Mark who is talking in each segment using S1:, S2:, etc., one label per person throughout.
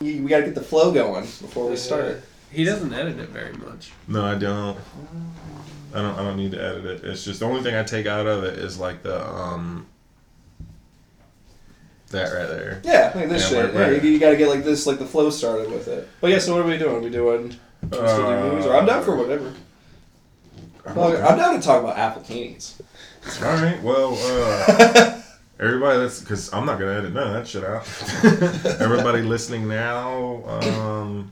S1: We we gotta get the flow going before we start.
S2: He doesn't edit it very much.
S3: No, I don't. I don't. I don't need to edit it. It's just the only thing I take out of it is like the um. That right there.
S1: Yeah, like this
S3: Yeah,
S1: shit.
S3: right, right.
S1: Yeah, you, you gotta get like this, like the flow started with it. But yeah, so what are we doing? Are we doing?
S3: Uh,
S1: we still doing movies, or I'm down for whatever. Well, I'm down to talk about apple teenies.
S3: All right. Uh, Well, uh, everybody, that's because I'm not gonna edit none of that shit out. everybody listening now, um,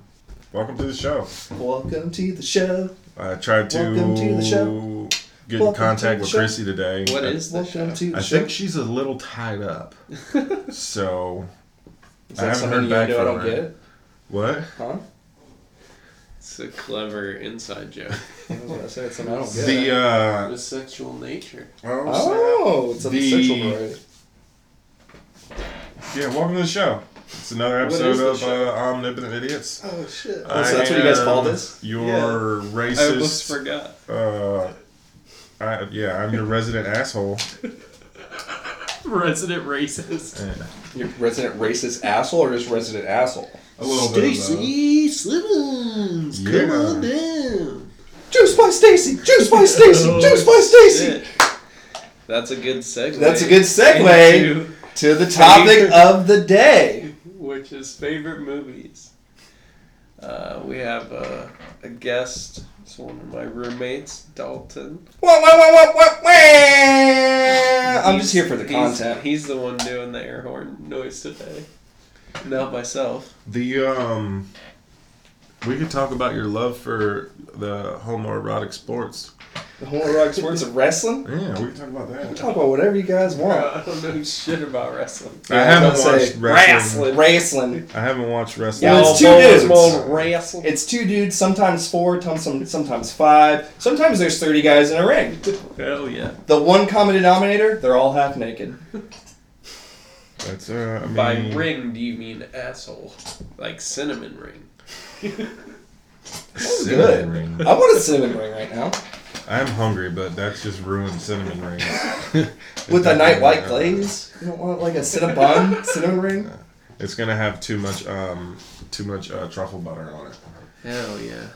S3: welcome to the show.
S1: Welcome to the show.
S3: I tried to,
S1: Welcome to the show.
S3: get
S1: Welcome
S3: in contact
S1: to the
S3: with
S1: show.
S3: Chrissy today.
S2: What
S3: I,
S2: is the
S1: Welcome
S2: show?
S1: to the
S3: I
S1: show.
S3: think she's a little tied up. so
S1: Is
S3: I haven't
S1: that something
S3: heard
S1: you
S3: back
S1: do? I
S3: from
S1: don't
S3: her.
S1: get it.
S3: what?
S1: Huh?
S2: It's a clever inside joke.
S1: I was gonna say it's something I don't get.
S3: The uh,
S2: the sexual nature.
S1: oh, it's a
S3: The-
S1: sexual variety.
S3: snap. yeah, welcome to the show. It's another
S2: What is
S3: episode
S2: the
S3: of
S2: show?
S3: uh, Omnipotent Idiots.
S2: Oh shit.
S1: Oh, so that's what you guys call this?
S3: Your
S2: I almost
S3: racist.
S2: forgot.
S3: uh, I, yeah, I'm your resident asshole.
S2: Resident racist.
S3: Yeah.
S1: Your resident racist asshole or just resident asshole?
S3: A little bit of uh,
S2: Simmons,
S3: come Yeah. on
S2: down.
S1: Juice by Stacy! Juice by Stacy!
S2: Oh,
S1: Juice by Stacy!
S2: shit. That's a good segue.
S1: That's a good segue
S2: into
S1: to the topic
S2: Favorite-
S1: of the day.
S2: which is favorite movies. Uh, we have uh, a guest. It's one of my roommates, Dalton.
S1: Wah, wah, wah, wah, wah, wah. I'm just
S2: He's-
S1: here for the
S2: he's-
S1: content.
S2: He's the one doing the air horn noise today, not myself.
S3: The um, we could talk about your love for the homoerotic sports.
S1: The whole rock sports of wrestling?
S3: Yeah, we can talk about that.
S1: Talk about whatever you guys
S2: Bro,
S1: want.
S2: I don't know shit about wrestling.
S3: I haven't
S1: was gonna
S3: watched
S1: say,
S3: wrestling.
S1: Uh, Wrestling.
S3: I haven't watched wrestling.
S1: Well, it's two
S2: Y'all
S1: dudes.
S2: boys wanna wrestle.
S1: It's two dudes, sometimes four, tom- some- sometimes five. Sometimes there's 30 guys in a ring.
S2: Hell yeah.
S1: The one common denominator, they're all half naked.
S3: That's uh, I mean,
S2: By ring, do you mean asshole? Like cinnamon ring.
S3: cinnamon
S1: Good.
S3: ring.
S1: I want a cinnamon ring right now.
S3: I'm hungry, but that's just ruined cinnamon rings.
S1: With a night white glaze. You don't want like a cinnabon cinnamon ring?
S3: It's gonna have too much um, too much uh, truffle butter on it.
S2: Hell yeah.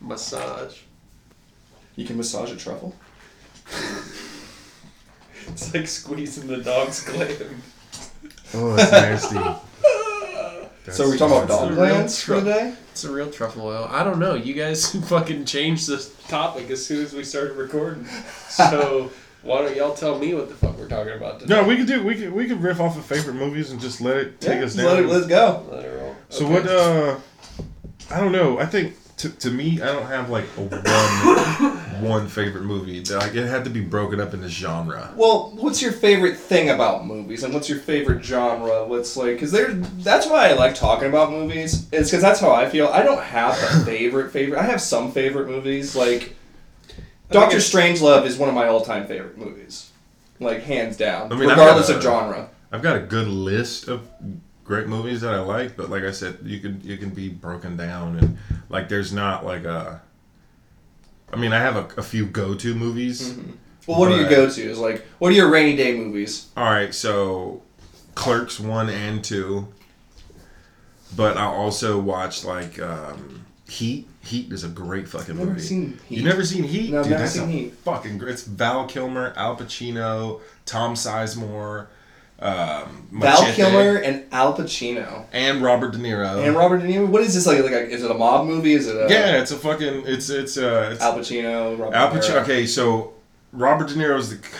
S2: Massage.
S1: You can massage a truffle.
S2: It's like squeezing the dog's gland.
S3: Oh, that's nasty.
S1: so we're talking about
S3: That's-
S1: dog
S2: a real
S1: glands for
S2: truffle.
S1: today?
S2: It's a real truffle oil. I don't know. You guys fucking changed the topic as soon as we started recording. So why don't y'all tell me what the fuck we're talking about today?
S3: No, we could do we could we could riff off of favorite movies and just let it take
S1: Yeah,
S3: us
S1: just
S3: down.
S1: let it- let's go.
S2: Let her roll.
S3: So
S2: Okay.
S3: what? uh I don't know. I think to, to me, I don't have like a one one favorite movie. Like it had to be broken up into genre.
S1: Well, what's your favorite thing about movies, and what's your favorite genre? What's like, because there, that's why I like talking about movies, is because that's how I feel. I don't have a favorite favorite. I have some favorite movies, like Doctor
S2: it's-
S1: Strangelove is one of my all-time favorite movies, like hands down,
S3: I mean, I've
S1: regardless
S3: got
S1: of
S3: a-
S1: genre.
S3: I've got a good list of great movies that I like, but like I said, you could you can be broken down and like there's not like a. I mean, I have a, a few go-to movies.
S1: Mm-hmm. Well, what do you
S3: Right.
S1: go to? Is like, what are your rainy day movies?
S3: All right, so Clerks one and two, but I also watch like um, Heat. Heat is a great fucking
S1: Never
S3: movie.
S1: seen Heat.
S3: You never seen Heat?
S1: No, I've
S3: Dude,
S1: never
S3: that's
S1: seen
S3: a
S1: Heat.
S3: Fucking great. It's Val Kilmer, Al Pacino, Tom Sizemore, um,
S1: Val
S3: Machete,
S1: Kilmer and Al Pacino
S3: and Robert De Niro.
S1: and Robert De Niro. What is this like? Like, a, is it a mob movie? Is it a
S3: Uh-huh. yeah, it's a fucking it's it's uh it's
S1: Al Pacino. Robert
S3: Al
S1: De Niro?
S3: Pacino. Okay, so Robert De Niro's the c-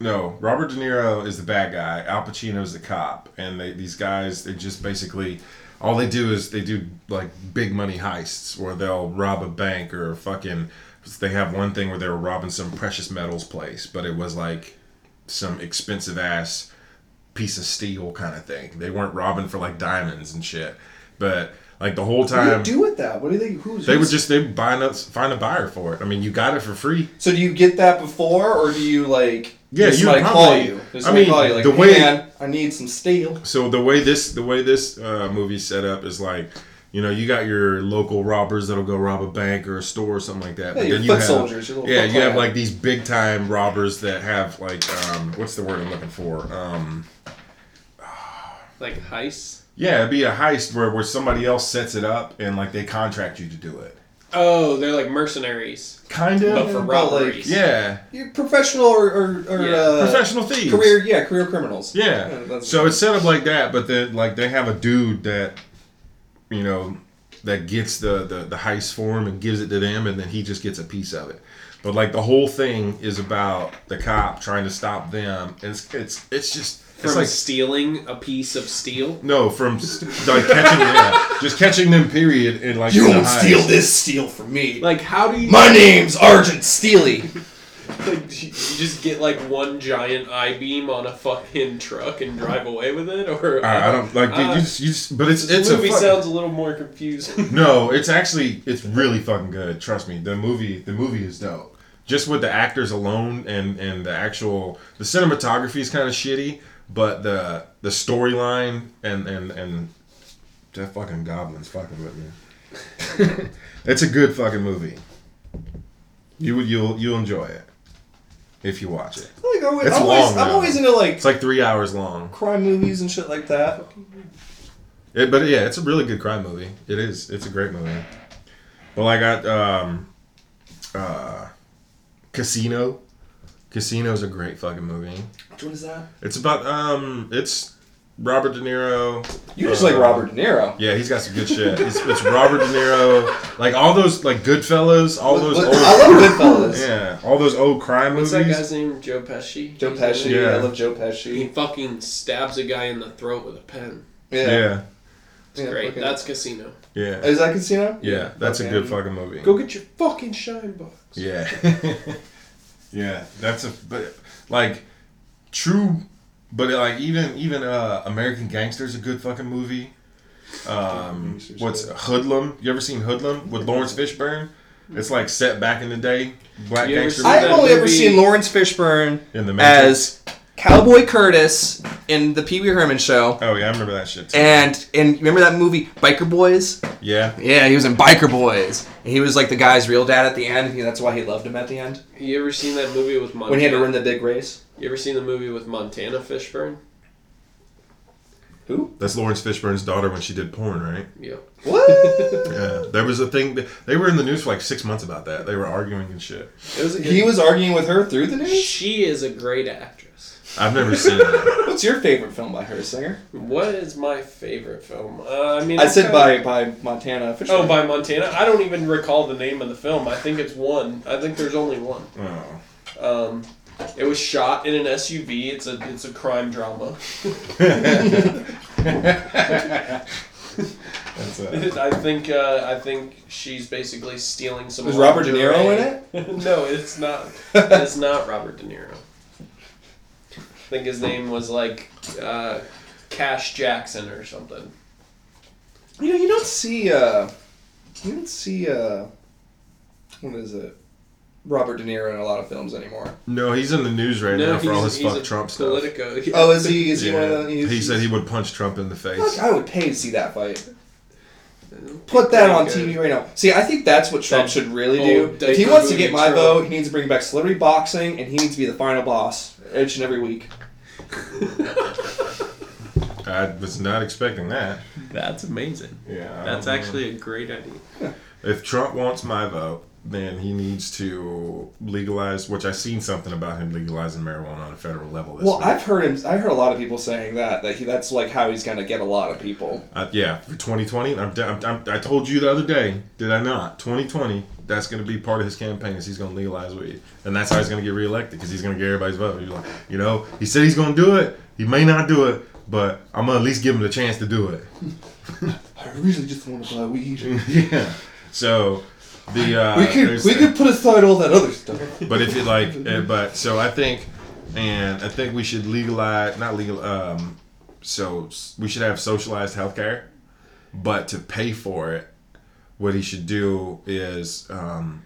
S3: no. Robert De Niro is the bad guy. Al Pacino's the cop, and they, these guys they just basically all they do is they do like big money heists, where they'll rob a bank or fucking. They have one thing where they were robbing some precious metals place, but it was like some expensive ass piece of steel kind of thing. They weren't robbing for like diamonds and shit, but like the whole
S1: What do you
S3: time.
S1: do with that? What do they? Who's
S3: They
S1: who's-
S3: would just they buy up find a buyer for it. I mean, you got it for free.
S1: So do you get that before, or do you like?
S3: Yeah,
S1: does
S3: you
S1: somebody
S3: probably-
S1: call you. Does
S3: I
S1: somebody
S3: mean,
S1: call you like,
S3: the way-
S1: man, I need some steel.
S3: So the way this the way this uh, movie's set up is like, you know, you got your local robbers that'll go rob a bank or a store or something like that.
S1: Yeah, your
S3: then
S1: foot soldiers, your little
S3: yeah,
S1: foot
S3: you have
S1: clan.
S3: like these big time robbers that have like um, what's the word I'm looking for? Um,
S2: Like heists?
S3: Yeah, it'd be a heist where, where somebody else sets it up and like they contract you to do it.
S2: Oh, they're like mercenaries,
S3: Kind of.
S2: but for robberies.
S3: yeah.
S1: You're professional or, or, or
S2: Yeah.
S1: uh,
S3: Professional thieves.
S1: career, yeah, career criminals.
S3: Yeah.
S1: that's-
S3: so it's set up like that, but then like they have a dude that you know that gets the, the the heist for him and gives it to them, and then he just gets a piece of it. But like the whole thing is about the cop trying to stop them. and It's it's it's just
S2: from
S3: it's like
S2: stealing a piece of steel.
S3: no from s- like catching yeah, just catching them. Period. And like
S1: you
S3: the
S1: won't
S3: heist.
S1: steal this steel from me.
S2: Like, how do you?
S1: My name's Argent Steely.
S2: Like, you just get like one giant I beam on a fucking truck and drive away with it, or
S3: I, I don't like dude,
S2: Uh,
S3: you just you just but it's
S2: This
S3: it's
S2: movie
S3: a fuck-
S2: sounds a little more confusing.
S3: No, it's actually it's really fucking good. Trust me, the movie the movie is dope. Just with the actors alone and and the actual the cinematography is kind of shitty, but the the storyline and and and that fucking goblin's fucking with me. it's a good fucking movie. You would you'll you'll enjoy it if you watch it.
S1: Like, I'm always,
S3: It's
S1: I'm always,
S3: long,
S1: I'm
S3: though.
S1: always into like
S3: It's like three hours long.
S1: crime movies and shit like that.
S3: It, but yeah, it's a really good crime movie. It is. It's a great movie. But like I um uh Casino. Casino's a great fucking movie.
S1: Which one is that?
S3: It's about um it's Robert De Niro.
S1: You just like
S3: uh,
S1: Robert De Niro.
S3: Yeah, he's got some good shit. It's, it's Robert De Niro, like all those like Goodfellas, all those
S1: What-
S3: old
S1: I love Goodfellas.
S3: yeah, all those old crime
S2: What's that
S3: movies.
S2: guy's name? Joe Pesci.
S1: Joe
S2: He's in
S1: Pesci.
S2: it.
S3: Yeah.
S1: I love Joe
S2: He
S1: Pesci.
S2: fucking stabs a guy in the throat with a pen.
S1: Yeah.
S3: yeah,
S2: It's
S1: Yeah,
S2: great.
S1: fucking-
S2: That's Casino.
S3: yeah, yeah.
S1: Is that Casino?
S3: that's a
S1: Okay.
S3: good fucking movie.
S2: Go get your fucking shine box.
S3: Yeah. yeah, that's a but like true but like even even uh American Gangster's a good fucking movie. Um
S1: Gangster's
S3: what's
S1: good.
S3: Hoodlum? You ever seen Hoodlum with Lawrence Fishburne? It's like set back in the day. Black
S2: You ever
S3: gangster
S2: seen
S3: movie.
S1: I've only ever
S2: movie-
S1: seen Lawrence Fishburne
S3: in the Matrix.
S1: as Cowboy Curtis in the Pee Wee Herman show.
S3: Oh yeah, I remember that shit. Too.
S1: And and remember that movie Biker Boys?
S3: yeah.
S1: Yeah, he was in Biker Boys. And he was like the guy's real dad at the end. and that's why he loved him at the end
S2: You ever seen that movie with Montana?
S1: when he had to run the big race.
S2: you ever seen the movie with Montana Fishburne?
S1: Who?
S3: That's Lawrence Fishburne's daughter when she did porn, right?
S2: Yeah.
S1: What?
S3: Yeah. There was a thing that, they were in the news for like six months about that. They were arguing and shit.
S2: It was a good
S1: he was arguing with her through the news.
S2: She is a great actress.
S3: I've never seen that.
S1: What's your favorite film by her, singer?
S2: What is my favorite film? Uh, I mean,
S1: I
S2: it's
S1: said
S2: kinda-
S1: by by Montana Fishburne.
S2: Oh, by Montana. I don't even recall the name of the film. I think it's one. I think there's only one.
S3: Oh.
S2: Um, it was shot in an SUV. It's a it's a crime drama.
S3: That's uh,
S2: I think uh, I think she's basically stealing some.
S1: Was Robert De Niro
S2: lingerie. no, it's not. It's not Robert De Niro. I think his name was like uh, Cash Jackson or something.
S1: You know, you don't see uh, you don't see uh, what is it? Robert De Niro in a lot of films anymore.
S3: No, he's in the news right now for all his fuck Trump stuff.
S2: Politico.
S1: Oh, is he? Is he one
S3: Yeah.
S1: of the?
S3: He, said he would punch Trump in the
S1: Fuck,
S3: face.
S1: I would pay to see that fight. Put that on TV right now. See, I think that's what Trump
S2: That
S1: should really
S2: old
S1: do. If he
S2: Dayton
S1: wants to
S2: Boone
S1: get my
S2: Trump.
S1: vote, he needs to bring back celebrity boxing, and he needs to be the final boss each and every week.
S3: I was not expecting that.
S2: That's amazing.
S3: Yeah.
S2: That's actually a great idea.
S3: If Trump wants my vote, then he needs to legalize, which I've seen something about him legalizing marijuana on a federal level. This
S1: Well,
S3: week.
S1: I've heard him. I heard a lot of people saying that that he, that's like how he's gonna get a lot of people.
S3: Uh, yeah, for 2020, I'm, d- I'm, I'm, I told you the other day, did I not? 2020, that's going to be part of his campaign is he's going to legalize weed, and that's how he's going to get reelected because he's going to get everybody's vote. He's like, you know, he said he's going to do it. He may not do it, but I'm going to at least give him the chance to do it.
S1: I really just want to buy weed.
S3: yeah. So the uh,
S1: we could
S3: there's-
S1: we could put aside all that other stuff.
S3: but if you like, uh, but so I think, and I think we should legalize, not legal. Um, so s- we should have socialized healthcare, but to pay for it, what he should do is um,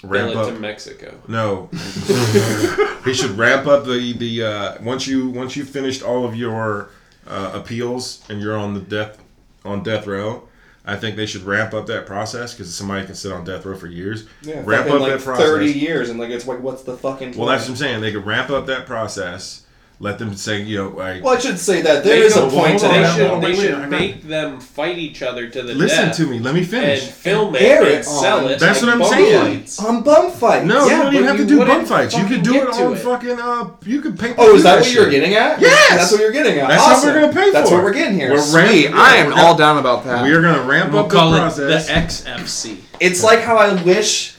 S2: Sell
S3: ramp
S2: it to
S3: up.
S2: Mexico.
S3: No, he should ramp up the the uh, once you once you finished all of your uh, appeals and you're on the death on death row. I think they should ramp up that process because somebody can sit on death row for years. ramp
S1: fucking,
S3: up
S1: like
S3: that process.
S1: Thirty years, and like it's like what's the fucking?
S3: Well, that's what I'm saying. They could ramp up that process Let them say, you know, like,
S1: Well, I should say that there
S2: They
S1: is
S2: should-
S1: a point to that.
S2: They
S3: hold on, hold
S2: should,
S3: on,
S2: they
S3: wait,
S2: should
S3: wait, I got-
S2: make them fight each other to the
S3: listen
S2: death
S3: to me. Let me
S2: and
S3: finish.
S2: film it
S1: Air
S2: and
S1: it
S2: sell
S1: on-
S2: it. like
S3: That's what I'm
S2: bum
S3: saying.
S2: fights.
S1: On bum fights.
S3: No,
S2: Yeah,
S3: you don't even
S2: but
S3: have to
S2: you
S3: do
S2: wouldn't
S3: bump fights. You
S2: fucking
S3: could do
S2: get
S3: it
S2: to
S3: on
S2: it.
S3: fucking uh. You could pay.
S1: Oh, is that what
S3: shit.
S1: you're getting at?
S3: Yes!
S1: That's what you're getting at.
S3: That's what
S1: awesome.
S3: we're gonna pay
S1: That's
S3: for.
S1: what we're getting here.
S3: We're ramp-
S1: Sweet.
S3: yeah,
S1: I am
S3: we're
S1: all
S3: gonna-
S1: down about that.
S3: We are gonna ramp
S2: We'll
S3: up the
S2: call it
S3: process.
S2: the XFC.
S1: It's like how I wish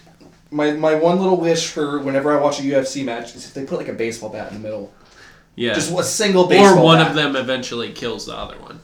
S1: my my one little wish for whenever I watch a UFC match is if they put like a baseball bat in the middle,
S2: Yeah.
S1: just a single baseball.
S2: or one of
S1: bat.
S2: them eventually kills the other one.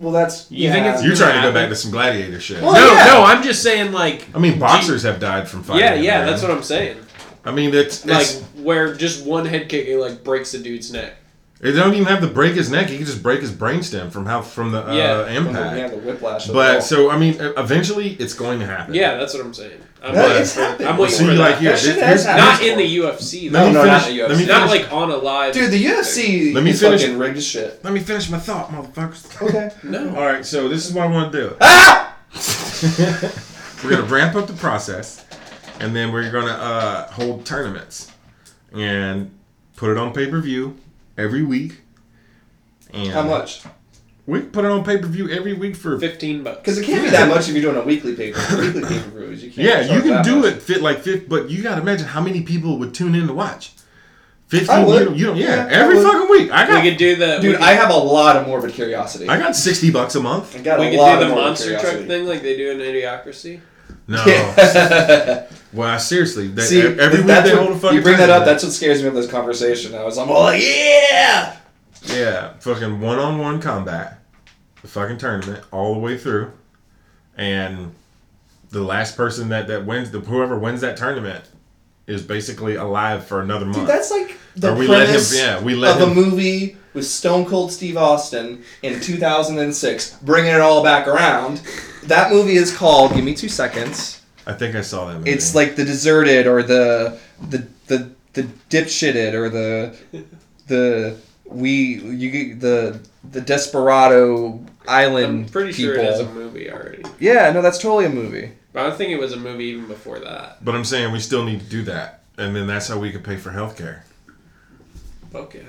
S1: Well, that's
S2: You
S1: yeah.
S2: think it's-
S3: you're trying to
S2: happen.
S3: go back to some gladiator shit.
S1: Well,
S2: no,
S1: yeah.
S2: no, I'm just saying like
S3: I mean, boxers have died from fighting.
S2: Yeah, yeah, that's
S3: man.
S2: what I'm saying.
S3: I mean, it's,
S2: Like
S3: it's
S2: where just one head kick it like breaks a dude's neck.
S3: it don't even have to break his neck. He can just break his brainstem from how from the uh,
S2: Yeah.
S1: From the, yeah,
S3: impact.
S1: the whiplash. of it all.
S3: But so I mean, e- eventually it's going to happen.
S2: Yeah, that's what I'm saying. I'm
S1: That
S2: waiting
S1: is
S2: for,
S1: happening.
S2: I'm
S1: Well,
S2: waiting
S3: So
S2: for
S3: you're
S2: that.
S3: like, here,
S1: That shit
S3: thi-
S1: has
S3: here's-
S1: happened.
S2: not in the UFC
S3: Let
S2: though.
S3: me
S1: No,
S3: finish.
S1: not the
S3: let me
S1: UFC.
S2: Not
S3: finish-
S2: like on a live.
S1: dude, the UFC
S3: Let me
S1: is
S3: finish-
S1: fucking rigged as shit.
S3: Let me finish my thought, motherfuckers.
S1: Okay.
S2: no.
S3: All right, so this is what I want to do. Ah! we're gonna ramp up the process, and then we're gonna uh, hold tournaments and put it on pay per view every week. And
S1: How much?
S3: We can put it on pay per view every week for.
S2: Fifteen bucks.
S1: Because it can't be that much if you're doing a weekly paper. Weekly paper reviews. You can't.
S3: Yeah,
S1: charge
S3: you can
S1: that
S3: do
S1: much.
S3: it fit like fifth, but you gotta imagine how many people would tune in to watch. Fifteen,
S1: I would.
S3: you, don't- you don't, yeah,
S1: Yeah, I
S3: every
S1: would.
S3: fucking week. I
S2: We
S3: got,
S2: could do the
S1: Dude,
S2: we could,
S1: I have a lot of morbid curiosity.
S3: I got sixty bucks a month.
S1: I got
S2: we
S1: a
S2: could
S1: lot
S2: do
S1: of
S2: the
S1: morbid
S2: monster truck
S1: curiosity.
S2: thing like they do in Idiocracy.
S3: No, well, seriously, that,
S1: See,
S3: every week
S1: that's
S3: they
S1: what-
S3: hold a fucking.
S1: you bring that up.
S3: tournament.
S1: That's what scares me of this conversation. I was, I'm all like, yeah.
S3: Yeah, fucking one on one combat, the fucking tournament all the way through, and the last person that that wins, the whoever wins that tournament, is basically alive for another month.
S1: Dude, that's like the
S3: Or we let him-
S1: premise
S3: yeah, we let
S1: of
S3: him-
S1: a movie with Stone Cold Steve Austin in 2006, bringing it all back around. That movie is called. Give me two seconds.
S3: I think I saw that. Movie.
S1: It's like the deserted or the the the the dipshitted or the the we you the the desperado
S2: I'm
S1: island
S2: pretty
S1: people.
S2: sure it is a movie already.
S1: yeah, no, that's totally a movie.
S2: But I think it was a movie even before that.
S3: but I'm saying we still need to do that, and then that's how we could pay for healthcare.
S2: Okay.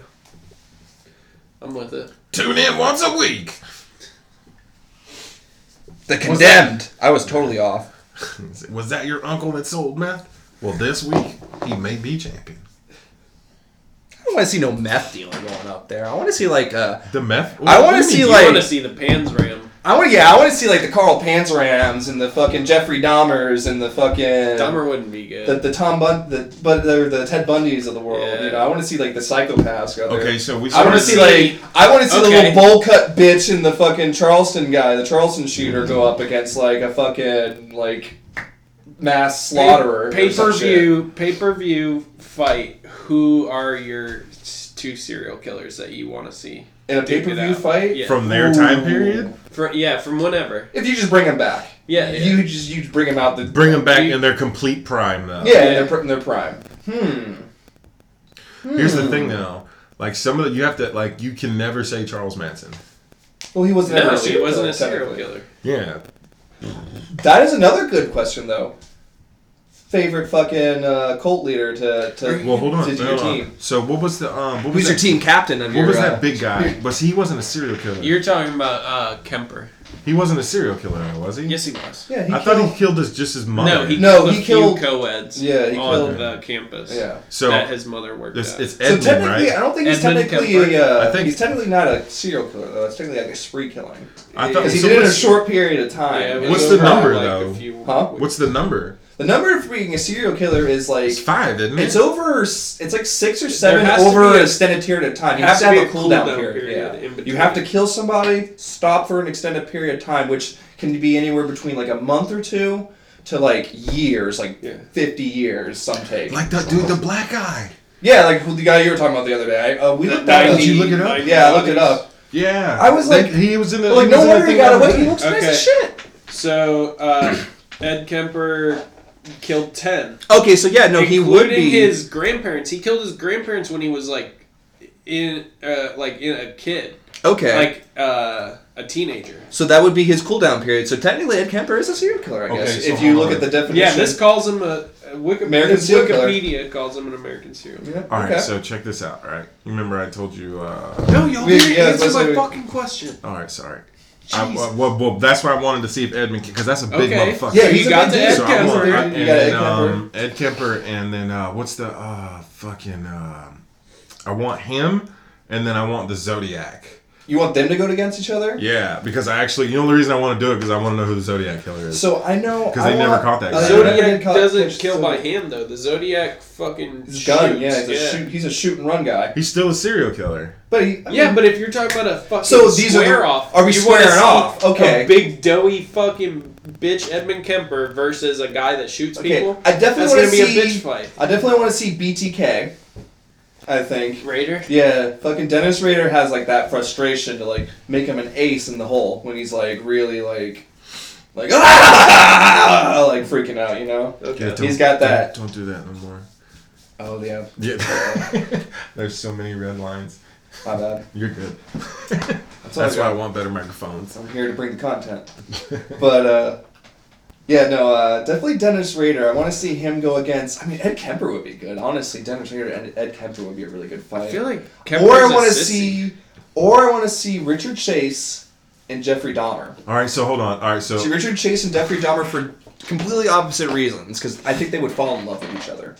S2: I'm with it.
S3: Tune in once a week.
S1: The Condemned. I was totally off.
S3: Was that your uncle that sold meth? Well, this week he may be champion.
S1: I don't want to see no meth dealer going up there. I want to see like uh,
S3: The meth.
S1: I wanna
S3: What do you
S1: see,
S3: mean?
S2: I
S1: like-
S2: want to see the Pans Ram.
S1: I want yeah, I want to see like the Carl Panzerams and the fucking Jeffrey Dahmers and the fucking
S2: Dahmer wouldn't be good.
S1: the, the Tom Bun the but they're the Ted Bundys of the world. You
S2: Yeah.
S1: know, I want to see like the psychopaths go there.
S3: Okay, so we.
S1: I want to
S3: started-
S1: see like I want to see
S2: Okay.
S1: the little bowl cut bitch and the fucking Charleston guy, the Charleston shooter, go up against like a fucking like mass slaughterer.
S2: Pay
S1: or some
S2: per
S1: shit.
S2: view, pay per view fight. Who are your s- two serial killers that you want to see?
S1: in a pay per
S2: Duke it
S1: view
S2: out.
S1: fight.
S2: Yeah.
S3: from their time
S1: Ooh.
S3: period.
S2: From, yeah, from whenever.
S1: If you just bring them back,
S2: Yeah, yeah.
S1: you just you bring them out the
S3: Bring them back
S2: You-
S3: in their complete prime, though.
S1: Yeah, in their pr- in their prime. Hmm.
S3: Here's the thing, though. Like some of the, you have to like you can never say Charles Manson.
S1: Well, he wasn't. ever
S2: No,
S1: a
S2: he
S1: serial
S2: wasn't
S1: killer,
S2: a serial
S1: technically.
S2: killer.
S3: Yeah.
S1: That is another good question, though. Favorite fucking uh, cult leader to to
S3: Well, hold on.
S1: to do your
S3: hold on.
S1: team.
S3: So what was the um? What was
S1: Who's your
S3: that-
S1: team captain of
S3: What
S1: your?
S3: was
S1: uh,
S3: that big guy? Was he wasn't a serial killer?
S2: You're talking about uh, Kemper.
S3: he wasn't a serial killer, was he?
S2: Yes, he was.
S1: Yeah, he
S3: I
S1: killed,
S3: thought he killed his just his mother.
S2: No, he
S1: No,
S2: killed
S1: he
S2: a few
S1: killed-
S2: co-eds.
S1: Yeah, he
S2: on
S1: killed-
S2: the campus.
S1: Yeah.
S3: So-
S2: that his mother worked
S3: This,
S2: at.
S3: it's
S1: So
S3: Edmund,
S1: technically, I
S3: right?
S1: don't think he's
S2: Edmund
S1: technically
S2: Kemper.
S1: a. uh,
S3: I think-
S1: he's technically not a serial killer though. It's technically like a spree killing.
S3: I thought-
S1: Because he
S3: so
S1: did it in a
S3: what's-
S1: short period of time.
S2: Yeah, it
S1: And
S3: What's
S1: it
S2: was
S3: the
S1: was
S2: over,
S3: number,
S1: like-
S3: though?
S2: A few
S1: Huh?
S2: weeks.
S3: What's the number?
S1: The number for being a serial killer is like
S3: It's five, isn't it?
S1: it's over. s- It's like six or seven
S2: has to
S1: over
S2: be
S1: an
S2: a-
S1: extended period of time. You have
S2: has
S1: to
S2: to
S1: have
S2: be
S1: a
S2: a
S1: cooldown
S2: cooldown
S1: period.
S2: period
S1: yeah.
S2: in
S1: You
S2: between.
S1: have to kill somebody, stop for an extended period of time, which can be anywhere between like a month or two to like years, like
S2: Yeah.
S1: fifty years. Some take.
S3: like that dude, the black guy.
S1: yeah, like who the guy you were talking about the other day. I- Uh, we
S2: The
S1: looked that up.
S3: Did you look it up?
S2: 90s.
S1: Yeah, I looked it up.
S3: Yeah.
S1: I was
S3: They-
S1: like-
S3: he was in the.
S1: But, like
S3: he was
S1: no
S3: in the
S1: wonder he
S3: thing
S1: got
S3: that
S1: away.
S3: night.
S1: He looks nice
S2: Okay.
S1: as shit.
S2: So uh, Ed Kemper killed ten.
S1: Okay, so yeah, no,
S2: including his grandparents. He killed his grandparents when he was like in uh, like in a kid,
S1: Okay.
S2: like uh, a teenager.
S1: so that would be his cooldown period. So technically, Ed Kemper is a serial killer, I
S3: Okay,
S1: guess,
S3: so
S1: if you
S3: hold
S1: look
S3: on.
S1: at the definition.
S2: Yeah, this calls him a, a Wiki-
S1: American serial killer.
S2: Wikipedia calls him an American serial.
S1: Yeah,
S3: All right,
S1: okay.
S3: so check this out. All right, you remember I told you. Uh,
S2: No, y'all
S1: Yeah,
S2: didn't
S1: yeah,
S2: answer
S1: that's
S2: my
S1: what-
S2: fucking question.
S3: all right, sorry. I,
S2: Jeez.
S3: well, well, well, that's why I wanted to see if Edmund because that's a big
S2: Okay.
S3: motherfucker.
S1: Yeah,
S2: so
S1: he's
S2: you
S1: a big
S2: got the
S1: dude.
S2: Ed
S3: So I
S2: Kemper.
S3: want, I,
S1: You
S3: and
S1: got Ed
S3: then,
S1: Kemper.
S3: um, Ed Kemper, and then uh, what's the uh, fucking? um I want him, and then I want the Zodiac.
S1: You want them to go against each other?
S3: Yeah, because I actually, you know, the reason I want to do it because I want to know who the Zodiac killer is.
S1: So I know
S3: 'Cause they
S1: I
S3: never
S1: want-
S3: caught that
S1: I
S3: guy.
S1: know they
S2: Zodiac
S1: didn't caught-
S2: doesn't
S1: there's
S2: kill
S1: so-
S2: by him though. The Zodiac fucking
S1: He's gun.
S2: shoots,
S1: Yeah, he's a shoot. He's a shoot and run guy.
S3: He's still a serial killer.
S1: But he, I
S2: Yeah,
S1: mean,
S2: but if you're talking about a fucking
S1: So these are the-
S2: square off,
S1: are we
S2: you wanna
S1: squaring
S2: see
S1: off? Okay.
S2: a big doughy fucking bitch Edmund Kemper versus a guy that shoots
S1: okay,
S2: people.
S1: I definitely
S2: That's
S1: want to
S2: gonna be a
S1: see.
S2: bitch fight.
S1: I definitely want to see BTK. I think.
S2: Raider.
S1: Yeah, fucking Dennis Rader has like that frustration to like make him an ace in the hole when he's like really like, like ah, like freaking out, you know.
S2: Okay.
S1: He's got that.
S3: Don't, don't do that no more.
S1: Oh yeah,
S3: Yeah. There's so many red lines.
S1: my bad.
S3: You're good. That's,
S1: all I
S3: why
S1: got.
S3: I want better microphones.
S1: I'm here to bring the content. But uh, yeah, no, uh, definitely Dennis Rader. I want to see him go against. I mean, Ed Kemper would be good. Honestly, Dennis Rader and Ed Kemper would be a really good fight.
S2: I feel like
S1: or I
S2: want to
S1: see, or I want to see Richard Chase and Jeffrey Dahmer.
S3: All right, so hold on. All right,
S1: See
S3: so
S1: Richard Chase and Jeffrey Dahmer for completely opposite reasons because I think they would fall in love with each other,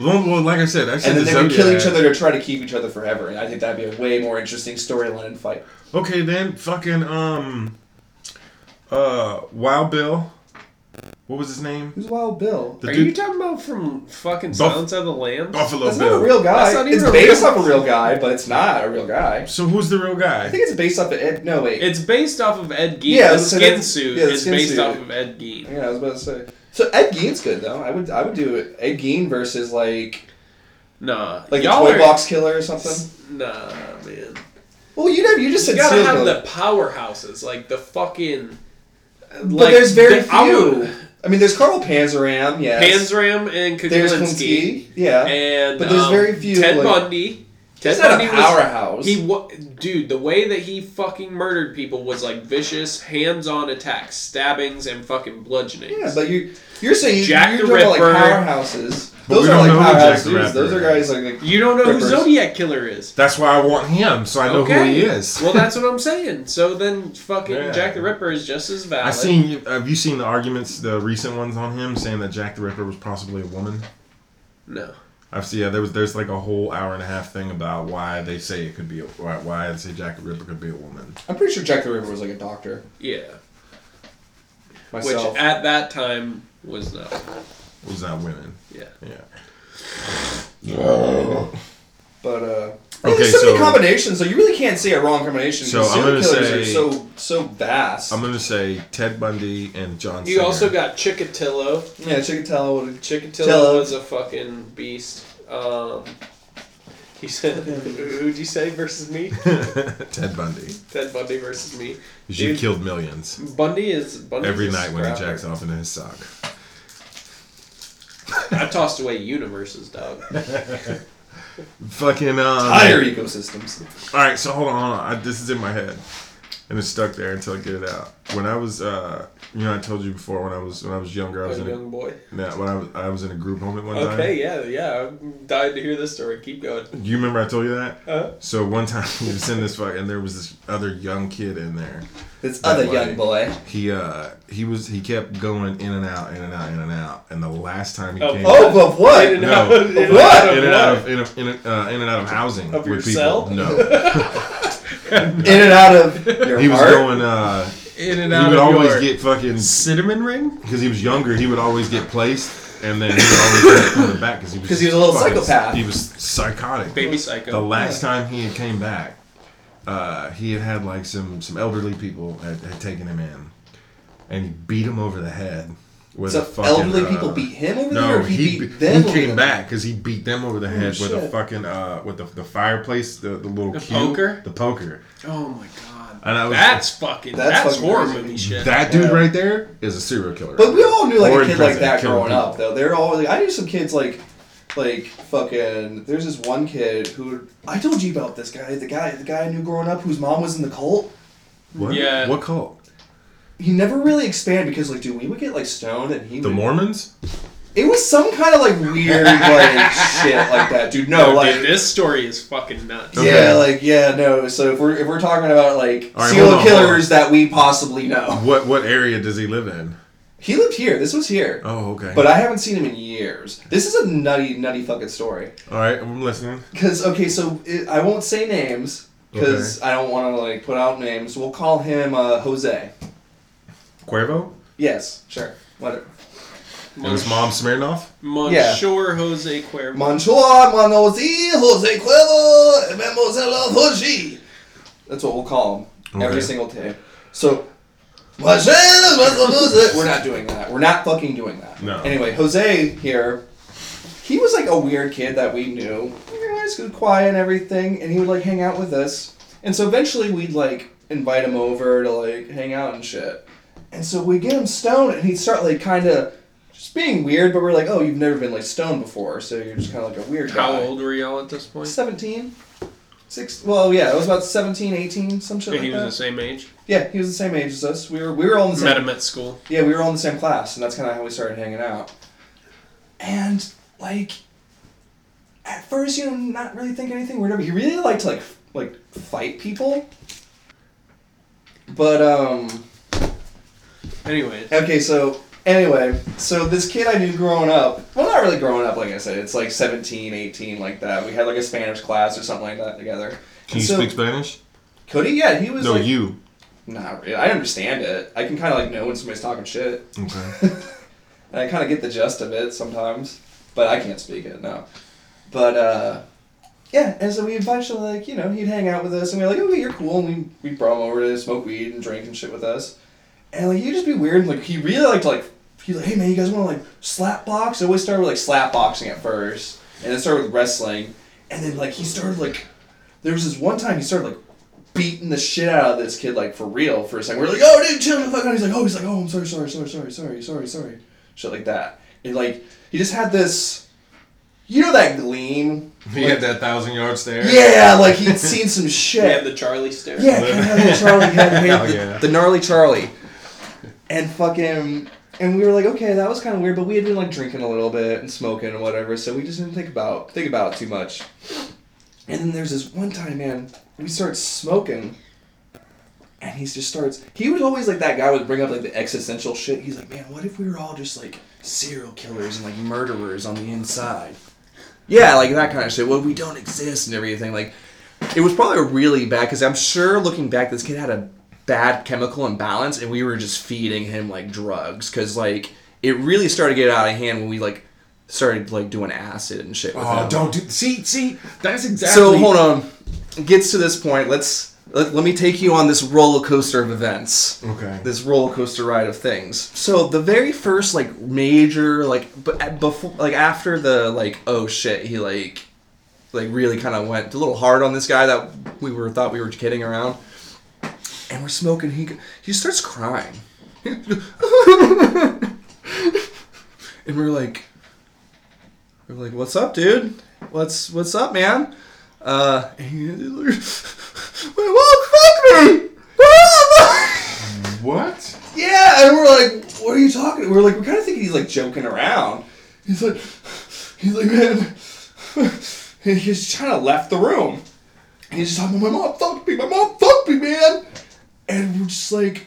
S3: well, well, like I said, I said
S1: and then
S3: the
S1: they would kill
S3: Zodiac.
S1: each other to try to keep each other forever. And I think that'd be a way more interesting storyline and fight.
S3: Okay, then fucking um, uh, Wild Bill. What was his name?
S1: Who's Wild Bill?
S3: The
S2: Are
S3: dude-
S2: you talking about from fucking
S3: Buff-
S2: Silence of the Lambs?
S3: Buffalo
S1: That's
S3: Bill.
S1: not a real guy.
S2: That's not even
S1: it's
S2: a
S1: based
S2: real-
S1: off a real guy, but it's not a real guy.
S3: so who's the real guy?
S1: I think it's based off of Ed. No wait.
S2: It's based off of Ed Gein.
S1: Yeah,
S2: the
S1: so
S2: skin
S1: that-
S2: suit
S1: yeah, the
S2: is
S1: skin
S2: based
S1: suit.
S2: off of Ed Gein.
S1: yeah, I was about to say. So Ed Gein's good though. I would I would do it. Ed Gein versus like
S2: Nah,
S1: like
S2: y'all
S1: a toy
S2: are,
S1: box killer or something.
S2: Nah, man.
S1: Well, you know, you just said
S2: You gotta
S1: serial
S2: have
S1: killer.
S2: the powerhouses, like the fucking. Like,
S1: but there's very
S2: the-
S1: few.
S2: I
S1: I,
S2: would-
S1: mean, there's Carl Panzeram. Yes.
S2: Panzram and
S1: There's
S2: Kuklinski.
S1: Klinsky. Yeah.
S2: And
S1: But there's
S2: um,
S1: very few,
S2: Ted
S1: like-
S2: Bundy. Ted
S1: He's not a
S2: Bundy was
S1: powerhouse.
S2: he wa- dude, the way that he fucking murdered people was like vicious, hands-on attacks, stabbings, and fucking bludgeonings.
S1: yeah, but you you're saying you,
S2: Jack
S1: you're
S2: the
S1: talking about like
S2: Ripper.
S1: powerhouses.
S3: But
S1: Those are
S3: we don't
S1: like
S3: know who Jack
S1: powerhouse
S3: the
S1: dudes. Those are
S3: Ripper
S1: guys like, like
S2: you don't know
S1: rippers.
S2: who Zodiac Killer is.
S3: That's why I want him, so I know who he is.
S2: well, that's what I'm saying. So then, fucking
S3: Yeah.
S2: Jack the Ripper is just as valid.
S3: I seen. you- Have you seen the arguments, the recent ones on him, saying that Jack the Ripper was possibly a woman?
S2: No.
S3: I've seen. Yeah, there was. There's like a whole hour and a half thing about why they say it could be. A, why, why they say Jack the Ripper could be a woman.
S1: I'm pretty sure Jack the Ripper was like a doctor.
S2: Yeah.
S1: Myself.
S2: Which uh, at that time was not.
S3: It was not women.
S2: Yeah.
S3: Yeah.
S1: But uh,
S3: Okay,
S1: there's so, many
S3: so-
S1: combinations. So you really can't say a wrong combination.
S3: So
S1: because
S3: I'm
S1: serial
S3: gonna
S1: killers are
S3: say-
S1: so so vast.
S3: I'm gonna say Ted Bundy and John.
S2: You
S3: Singer.
S2: also got Chikatilo.
S1: yeah, Chikatilo would.
S2: Chikatilo
S1: Tell-
S2: was a fucking beast. Um, he said, "Who'd you say versus me?
S3: Ted Bundy.
S2: Ted Bundy versus me."
S3: She
S2: Dude.
S3: killed millions
S2: Bundy is Bundy
S3: every night when he jacks off into his sock.
S2: I tossed away universes, dog.
S3: Fucking. Um,
S1: Higher ecosystems.
S3: All right, so hold on, hold on. I, this is in my head, and it's stuck there until I get it out. When I was, uh, you know, I told you before when I was when I was younger, I
S2: A
S3: was in a,
S2: young boy.
S3: yeah, when I was, I was in a group home at one time.
S2: Okay, yeah, yeah. I'm dying to hear this story. Keep going.
S3: Do you remember I told you that?
S2: Uh,
S3: So one time we was in this fuck, and there was this other young kid in there.
S1: This
S3: That
S1: other
S3: way.
S1: young boy.
S3: He uh he was he kept going in and out, in and out, in and out, and the last time he
S2: Oh,
S3: came.
S1: Oh, but
S2: In
S1: what?
S2: and
S3: No.
S2: out- in and
S1: What?
S2: out of
S3: In and out
S2: what?
S3: of in, and- in, and- uh, in and out of housing
S2: Of your
S3: with people.
S2: cell?
S3: No,
S1: In and out of your
S3: he was
S1: heart?
S3: going. uh
S2: In
S3: He
S2: and out
S3: would
S2: of
S3: always
S2: your-
S3: get fucking
S2: cinnamon ring.
S3: because he was younger, he would always get placed, and then he would always get coming back because he was
S1: 'Cause he was a little psychopath.
S3: He was psychotic.
S2: Baby psycho.
S3: The last time he had came back, uh, he had had like some some elderly people had, had taken him in, and he beat him over the head with
S1: So
S3: a fucking.
S1: elderly
S3: uh,
S1: people beat him over there,
S3: No,
S1: or he, beat
S3: be-
S1: them?
S3: he
S1: over
S3: came
S1: there?
S3: back because he beat them over the head with a
S1: shit.
S3: fucking uh, with the, the fireplace, the, the little
S2: The
S3: cube,
S2: poker?
S3: the poker.
S2: Oh my god.
S3: And I was-
S2: that's fucking.
S1: That's
S2: That's,
S1: fucking
S2: horror
S1: crazy.
S2: movie shit.
S3: That dude
S1: Yeah.
S3: right there is a serial killer.
S1: But we all knew like
S3: Or
S1: a
S3: in
S1: kid
S3: prison,
S1: like that
S3: killing
S1: growing up,
S3: people.
S1: though. They're all. I knew some kids like like fucking there's this one kid who I told you about this guy, the guy the guy I knew growing up whose mom was in the cult.
S3: What?
S2: Yeah.
S3: What cult?
S1: He never really expanded because like dude we would get like stoned and he
S3: The
S1: would-
S3: Mormons?
S1: it was some kind of like weird like shit like that dude no
S2: Dude,
S1: like
S2: Oh, this story is fucking nuts.
S3: Okay.
S1: Yeah, like yeah, no. So if we're if we're talking about like
S3: All right,
S1: serial
S3: hold on,
S1: killers that we possibly know,
S3: What what area does he live in?
S1: he lived here. This was here,
S3: Oh, okay.
S1: but I haven't seen him in years. This is a nutty, nutty fucking story.
S3: All right, I'm listening.
S1: Because okay, so it, I won't say names because I don't want to like put out names. We'll call him uh, Jose.
S3: Cuervo
S1: Yes, sure, whatever.
S3: and his mom Smirnoff.
S2: Monsieur Jose Cuervo.
S1: Manchua, Manozi, Jose Cuervo, Mademoiselle Jose. That's what we'll call him every
S3: Okay.
S1: single day. So, Mademoiselle Jose- we're not doing that. We're not fucking doing that.
S3: No.
S1: Anyway, Jose here, he was like a weird kid that we knew. He was good, quiet, and everything, and he would like hang out with us. And so eventually we'd like invite him over to like hang out and shit. And so we get him stoned, and he'd start like kind of just being weird. But we're like, oh, you've never been like stoned before, so you're just kind of like a weird guy.
S2: How old were y'all at this point?
S1: 17 six well yeah it was about 17 18 some shit
S2: he
S1: like
S2: was the
S1: that.
S2: same age.
S1: yeah he was the same age as us we were we were all in the
S2: Met
S1: same
S2: him at school.
S1: yeah we were all in the same class and that's kind of how we started hanging out and like at first you know not really think anything weird of it. he really liked to like f- like fight people but um
S2: Anyway,
S1: Okay, so anyway, so this kid I knew growing up, well, not really growing up, like I said, it's like 17, 18, like that. We had like a Spanish class or something like that together.
S3: Can you
S1: So-
S3: speak Spanish?
S1: Could he? Yeah, he was.
S3: No,
S1: like,
S3: you.
S1: Not really. I understand it. I can kind of like know when somebody's talking shit,
S3: Okay.
S1: and I kind of get the gist of it sometimes, but I can't speak it. No, but uh, yeah. And so we invited him, like you know, he'd hang out with us, and we were like, okay, you're cool, and we we brought him over to smoke weed and drink and shit with us, and like he'd just be weird. Like he really liked to, like he's like, hey man, you guys want to like slap box? It always started with like slap boxing at first, and then started with wrestling, and then like he started like there was this one time he started like beating the shit out of this kid like for real for a second. We're like, oh dude, chill the fuck out. He's like, oh, he's like, oh, I'm sorry, sorry, sorry, sorry, sorry, sorry, sorry, shit like that. And like he just had this, you know that gleam.
S3: He had that thousand yard stare.
S1: Yeah, like he'd seen some
S2: we had
S1: shit.
S2: the Charlie stare.
S1: Yeah, kind of had the Charlie had
S3: Hell
S1: the,
S3: yeah.
S1: the gnarly Charlie, and fucking. And we were like, okay, that was kind of weird, but we had been like drinking a little bit and smoking and whatever, so we just didn't think about think about it too much. And then there's this one time, man, we start smoking, and he just starts. He was always like that guy would bring up like the existential shit. He's like, man, what if we were all just like serial killers and like murderers on the inside? Yeah, like that kind of shit. Well, we don't exist and everything. Like, it was probably really bad because I'm sure looking back, this kid had a bad chemical imbalance, and we were just feeding him like drugs because like it really started to get out of hand when we like started like doing acid and shit. With
S3: Oh,
S1: him.
S3: don't do. See, see, that's exactly.
S1: So hold on, It gets to this point. Let's let, let me take you on this roller coaster of events.
S3: Okay.
S1: This roller coaster ride of things. So the very first like major like but before like after the like oh shit he like like really kind of went a little hard on this guy that we were thought we were kidding around. And we're smoking. He go- he starts crying. and we're like, we're like, what's up, dude? What's what's up, man? Uh, and he- my mom fucked me. Ah!
S3: What?
S1: yeah, and we're like, what are you talking? We're like, we're kind of thinking he's like joking around. He's like, he's like, man, and he just kind of left the room. And he's just talking, my mom fucked me, my mom fucked me, man. And we're just like,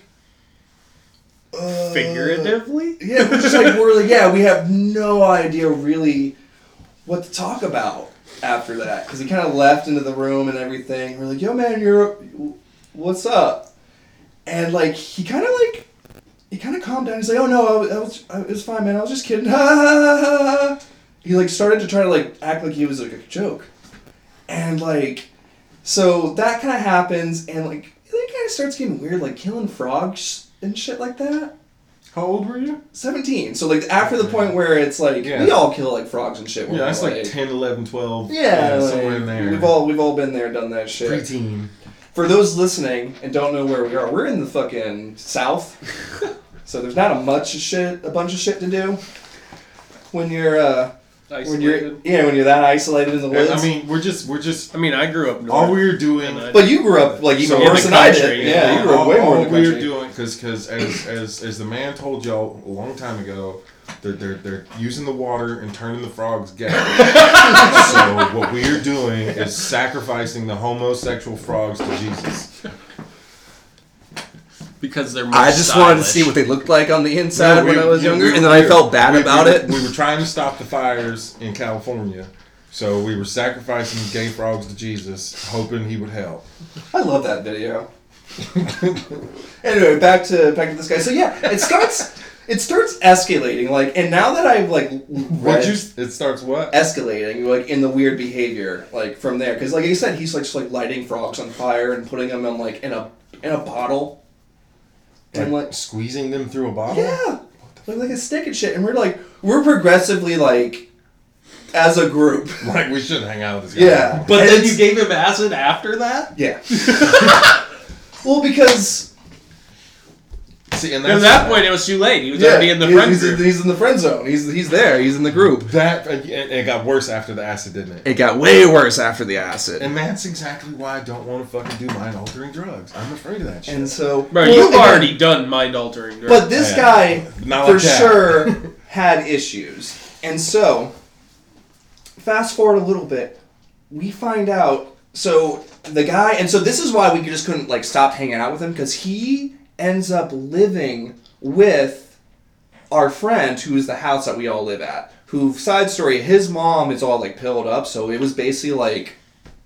S1: uh,
S2: Figuratively.
S1: yeah, we're just like we're like, yeah, we have no idea really what to talk about after that because he kind of left into the room and everything. We're like, yo, man, you're what's up? And like he kind of like he kind of calmed down. He's like, oh no, I was, I was I- it was fine, man. I was just kidding. Ha, ha, ha, ha, ha. He like started to try to like act like he was like a joke, and like so that kind of happens, and like it kind of starts getting weird, like killing frogs and shit like that.
S3: How old were you?
S1: 17. So, like, after the point where it's like,
S3: Yeah.
S1: we all kill, like, frogs and shit. when
S3: Yeah, that's
S1: we're,
S3: like 10, 11, 12.
S1: yeah, like,
S3: somewhere in there.
S1: We've all, we've all been there, done that shit.
S3: preteen.
S1: For those listening and don't know where we are, we're in the fucking south. so, there's not a much of shit, a bunch of shit to do when you're, uh, when you're
S2: Isolated.
S1: yeah when you're that isolated in the woods.
S3: I mean, we're just we're just
S2: I mean, I grew up north.
S3: all we're doing.
S2: and I-
S1: but you grew up like even
S3: So-
S1: worse
S2: In
S1: than
S2: the
S1: I
S2: country,
S1: did. Yeah,
S2: yeah.
S1: you grew up
S3: all,
S1: way more in
S3: all
S1: the
S3: we're
S1: country.
S3: doing because because as as as the man told y'all a long time ago, they're they're, they're using the water and turning the frogs gay. so what we're doing is sacrificing the homosexual frogs to Jesus.
S2: because they're. More
S4: I just wanted to see
S2: stylish.
S4: what they looked like on the inside
S3: No,
S4: when
S3: we-
S4: I was
S3: yeah,
S4: younger,
S3: we-
S4: and then I
S3: we-
S4: felt bad
S3: we-
S4: about
S3: we-
S4: it.
S3: We were trying to stop the fires in California, so we were sacrificing gay frogs to Jesus, hoping he would help.
S1: I love that video. anyway, back to back to this guy. So yeah, it starts it starts escalating like, and now that I've like
S3: What
S1: read
S3: you? s- It starts what?
S1: escalating like in the weird behavior like from there because like you said he's like just like lighting frogs on fire and putting them in like in a in a bottle and like
S3: squeezing them through a bottle.
S1: yeah like like a stick and shit and we're like we're progressively like as a group
S3: Like we should hang out with this guy.
S1: yeah
S2: But
S1: And
S2: then
S1: it's-
S2: you gave him acid after that.
S1: yeah well because
S3: See, and
S2: At
S3: that's
S2: that point, it was too late. He was already in the
S1: he's-
S2: friend
S1: he's,
S2: group.
S1: he's in the friend zone he's he's there
S4: There, he's in the group.
S3: That and and it got worse after the acid, didn't it?
S4: It got way worse after the acid.
S3: And that's exactly why I don't want to fucking do mind altering drugs. I'm afraid of that shit.
S1: and so
S2: Bro,
S1: Well,
S2: you've
S1: again,
S2: already done mind altering.
S1: But this
S3: Yeah.
S1: guy,
S3: Not
S1: for
S3: like that.
S1: sure, had issues. And so, fast forward a little bit, we find out. So, the guy, and so this is why we just couldn't, like, stop hanging out with him, because he ends up living with our friend, who is the house that we all live at. Who, side story, his mom is all, like, pilled up, so it was basically like.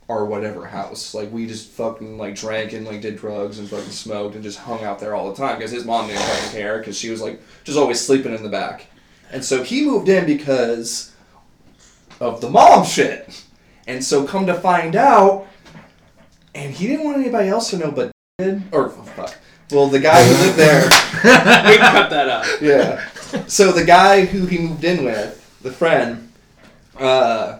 S1: Our whatever house, like we just fucking like drank and like did drugs and fucking smoked and just hung out there all the time because his mom didn't fucking care because she was like just always sleeping in the back, and so he moved in because of the mom shit, and so come to find out, and he didn't want anybody else to know but did or oh, fuck, well the guy who lived there.
S2: we can cut that out.
S1: Yeah. So the guy who he moved in with, the friend, uh,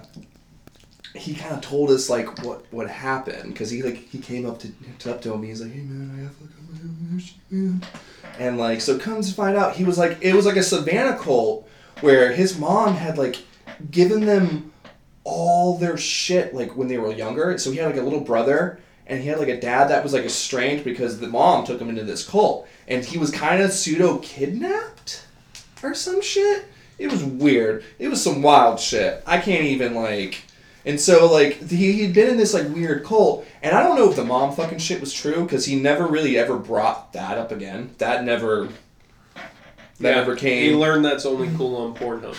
S1: he kind of told us like what what happened because he like he came up to up to him. He's like, hey man, I have like a little issue, man." And like so comes to find out he was like it was like a Savannah cult where his mom had like given them all their shit like when they were younger. So he had like a little brother and he had like a dad that was like estranged because the mom took him into this cult and he was kind of pseudo kidnapped or some shit. It was weird. It was some wild shit. I can't even like. And so like he he'd been in this like weird cult, and I don't know if the mom fucking shit was true because he never really ever brought that up again. That never. That never came.
S2: He learned that's only cool on Pornhub.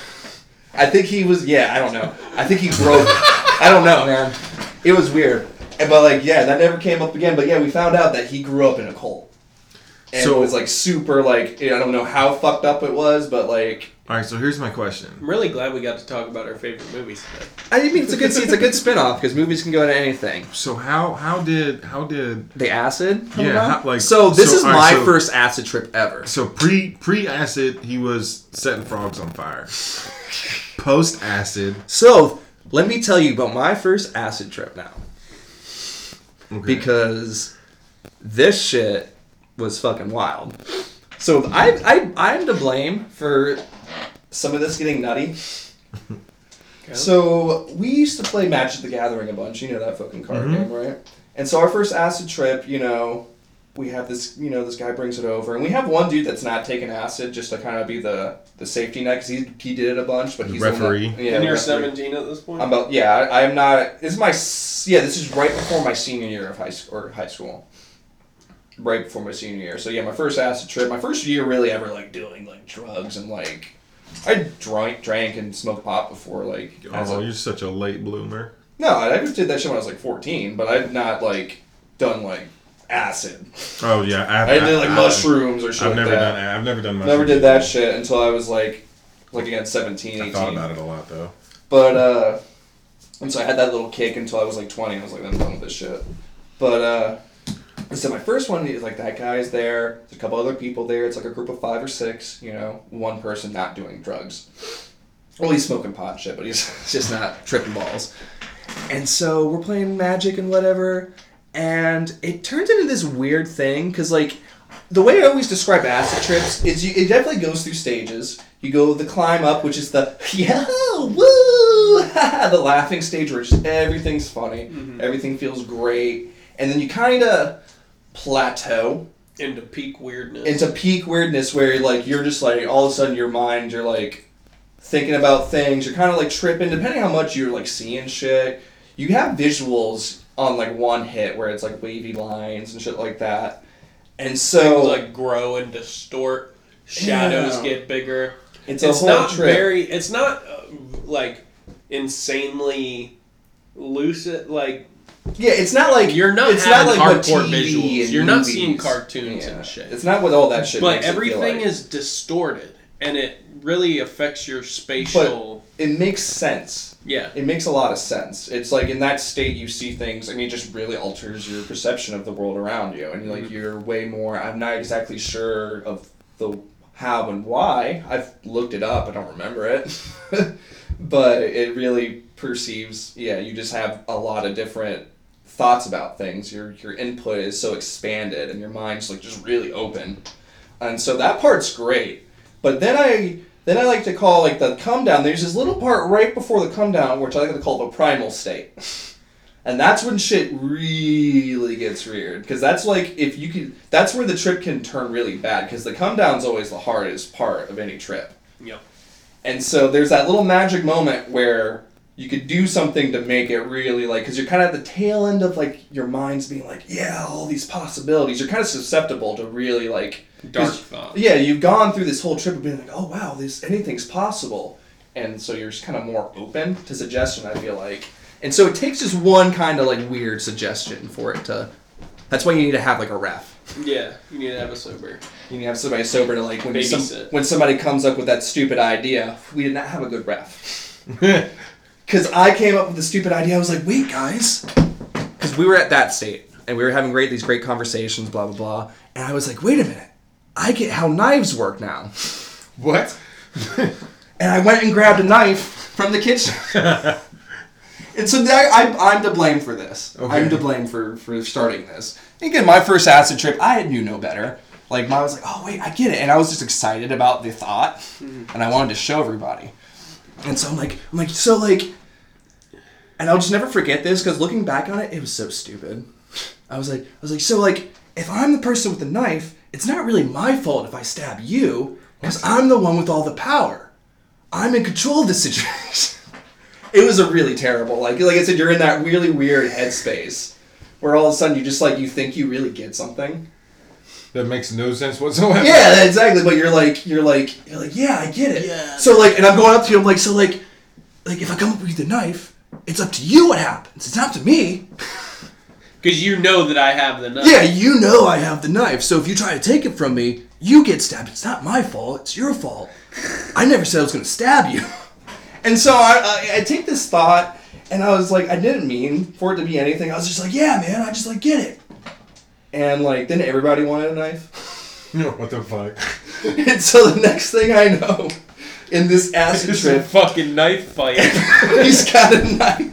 S1: I think he was. Yeah, I don't know. I think he broke. I don't know, man. It was weird. And- But like, yeah, that never came up again. But yeah, we found out that he grew up in a cult, and
S3: So-
S1: it was like super. Like, I don't know how fucked up it was, but like,
S3: All right, so here's my question.
S2: I'm really glad we got to talk about our favorite movies today.
S4: I mean, it's a good, it's a good spin-off because movies can go to anything.
S3: So how how did how did
S4: The acid. coming
S3: Yeah,
S4: out?
S3: how- like-
S4: so this
S3: so-
S4: is
S3: all
S4: my
S3: right, so-
S4: first acid trip ever.
S3: so pre pre acid he was setting frogs on fire. Post acid,
S4: So let me tell you about my first acid trip now
S3: okay.
S4: because this shit was fucking wild. So I, I, I'm to blame
S1: for some of this getting nutty. So we used to play Magic the Gathering a bunch. You know that fucking card
S3: Mm-hmm.
S1: game, right? And so our first acid trip, you know, we have this, you know, this guy brings it over, and we have one dude that's not taking acid just to kind of be the the safety net because he he did it a bunch, but
S3: The
S1: he's the one that-
S3: referee.
S1: yeah,
S2: and
S1: the
S2: you're
S1: referee.
S2: 17 at this point.
S1: I'm about yeah. I, I'm not. This is my s- yeah. This is right before my senior year of high school or high school. Right before my senior year, so yeah, my first acid trip, my first year really ever like doing like drugs and like I drank, drank and smoked pot before like. as a-
S3: oh, you're such a late bloomer.
S1: no, I just did that shit when I was like 14, but I've not like done like acid.
S3: Oh yeah, I've,
S1: I did like
S3: I've-
S1: mushrooms or shit.
S3: I've
S1: like
S3: never
S1: that.
S3: done I've never done mushrooms.
S1: Never did that shit until I was like, like again 17, 18.
S3: I thought about it a lot though.
S1: But uh and so I had that little kick until I was like twenty. I was like, I'm done with this shit. But uh so my first one is like that guy's there, there's a couple other people there, it's like a group of five or six, you know, one person not doing drugs. Well he's smoking pot and shit, but he's just not tripping balls. And so we're playing magic and whatever, and it turns into this weird thing because like the way I always describe acid trips is you, it definitely goes through stages. You go the climb up, which is the yeah, woo, the laughing stage where just everything's funny, everything feels great, and then you kind of plateau
S2: Into peak weirdness.
S1: into peak weirdness where like you're just like all of a sudden your mind you're like thinking about things you're kind of like tripping depending how much you're like seeing shit you have visuals on like one hit where it's like wavy lines and shit like that and so
S2: Things, like grow and distort. Shadows
S1: Yeah.
S2: get bigger.
S1: it's
S2: It's,
S1: a whole
S2: not
S1: trip
S2: very. It's not uh, like insanely lucid. Like
S1: yeah it's not like
S2: you're not
S1: it's not like
S2: having
S1: what
S2: hardcore
S1: TV
S2: visuals.
S1: and
S2: You're not
S1: movies.
S2: seeing cartoons
S1: Yeah.
S2: and shit.
S1: it's not what all that shit
S2: but
S1: makes it feel
S2: everything
S1: like.
S2: is distorted, and it really affects your spatial.
S1: it makes sense
S2: yeah.
S1: it makes a lot of sense. It's like in that state you see things, and it just really alters your perception of the world around you, and like you're way more. I'm not exactly sure of the how and why. I've looked it up. I don't remember it, but it really perceives. Yeah, you just have a lot of different thoughts about things. Your your input is so expanded, and your mind's like just really open, and so that part's great. But then I then I like to call like the come down. There's this little part right before the come down, which I like to call the primal state, and that's when shit really gets weird. Because that's like if you can, that's where the trip can turn really bad. Because the come down's always the hardest part of any trip.
S2: Yep.
S1: And so there's that little magic moment where you could do something to make it really like, because you're kind of at the tail end of like your mind's being like, yeah, all these possibilities. You're kind of susceptible to really like
S2: Dark
S1: 'cause-
S2: thought.
S1: Yeah, you've gone through this whole trip of being like, oh wow, this anything's possible, and so you're just kind of more open to suggestion. I feel like, and so it takes just one kind of like weird suggestion for it to. That's why you need to have like a ref.
S2: Yeah. You need to have a sober.
S1: You need to have somebody sober to like when some,
S2: Babysit.
S1: when somebody comes up with that stupid idea. We did not have a good ref. Cause I came up with the stupid idea. I was like, wait, guys, because we were at that state and we were having great these great conversations, blah blah blah, and I was like, wait a minute, I get how knives work now.
S3: What?
S1: and I went and grabbed a knife from the kitchen. and so that, I'm, I'm to blame for this.
S3: Okay.
S1: I'm to blame for, for starting this. Again, my first acid trip, I knew no better. Like, I was like, oh, wait, I get it. And I was just excited about the thought, and I wanted to show everybody. And so I'm like, I'm like, so like, and I'll just never forget this because looking back on it, it was so stupid. I was like, I was like, so like, if I'm the person with the knife, it's not really my fault if I stab you because I'm the one with all the power. I'm in control of the situation. it was a really terrible, like, like I said, you're in that really weird headspace where all of a sudden you just like you think you really get something.
S3: That makes no sense whatsoever.
S1: Yeah, exactly. But you're like, you're like, you're like, yeah, I get it.
S2: Yeah.
S1: So like, and I'm going up to you. I'm like, so like, like if I come up with the knife, it's up to you what happens. It's not up to me.
S2: Because you know that I have the knife.
S1: Yeah, you know I have the knife. So if you try to take it from me, you get stabbed. It's not my fault. It's your fault. I never said I was going to stab you. And so I, I, I take this thought, and I was like, I didn't mean for it to be anything. I was just like, yeah, man. I just like get it. And like, then everybody wanted a knife.
S3: No, what the fuck?
S1: And so the next thing I know, in this acid
S2: This is a
S1: trip,
S2: fucking knife fight.
S1: he's got a knife.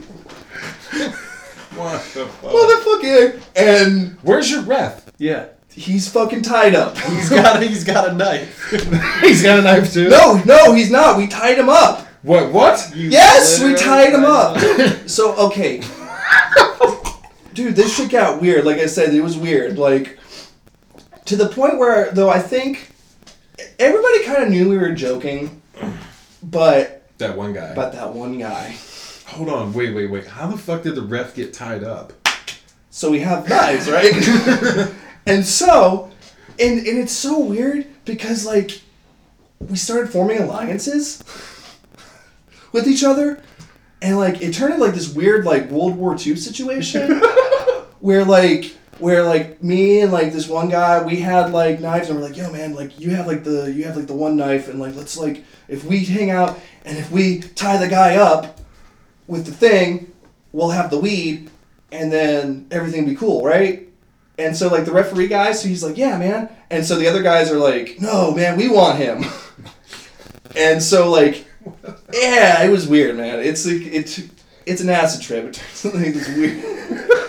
S3: What the fuck?
S1: Motherfucker! And
S3: Where's your ref?
S2: yeah.
S1: he's fucking tied up.
S2: He's got a, he's got a knife.
S3: He's got a knife too.
S1: no, no, he's not. We tied him up.
S3: What? What?
S1: Yes, we tied him up. so, okay. Dude, this shit got weird. Like I said, it was weird. Like, to the point where, though, I think everybody kind of knew we were joking, but
S3: That one guy.
S1: about that one guy.
S3: Hold on. Wait, wait, wait. How the fuck did the ref get tied up?
S1: so we have knives, right? and so, and and it's so weird because like we started forming alliances with each other, and like it turned into like this weird like World War II situation where like where like me and like this one guy we had like knives and we're like yo man like you have like the you have like the one knife and like let's like if we hang out and if we tie the guy up with the thing we'll have the weed and then everything be cool right and so like the referee guy so he's like yeah man and so the other guys are like no man we want him and so like yeah it was weird man it's like it's it's an acid trip it turns into like this weird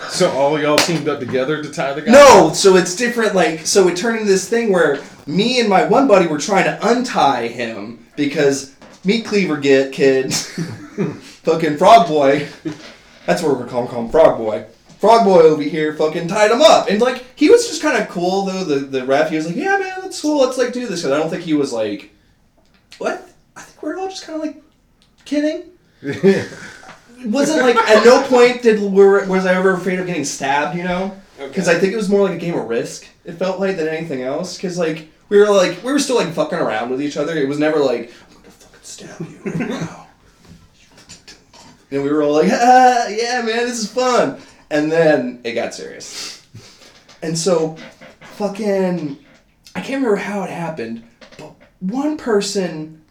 S3: So all y'all teamed up together to tie the guy?
S1: No, so it's different. Like, so it turned into this thing where me and my one buddy were trying to untie him because Meat Cleaver get kid, fucking Frog Boy. That's what we're calling him, Frog Boy. Frog Boy over here fucking tied him up, and like he was just kind of cool though. The the ref, he was like, yeah, man, that's cool. Let's like do this. And I don't think he was like, what? I think we're all just kind of like kidding wasn't like at no point did were, was I ever afraid of getting stabbed, you know? Because I think it was more like a game of risk. It felt like than anything else. Because like we were like we were still like fucking around with each other. It was never like I'm gonna fucking stab you. Wow. and we were all like, ah, yeah, man, this is fun. And then it got serious. And so, fucking, I can't remember how it happened, but one person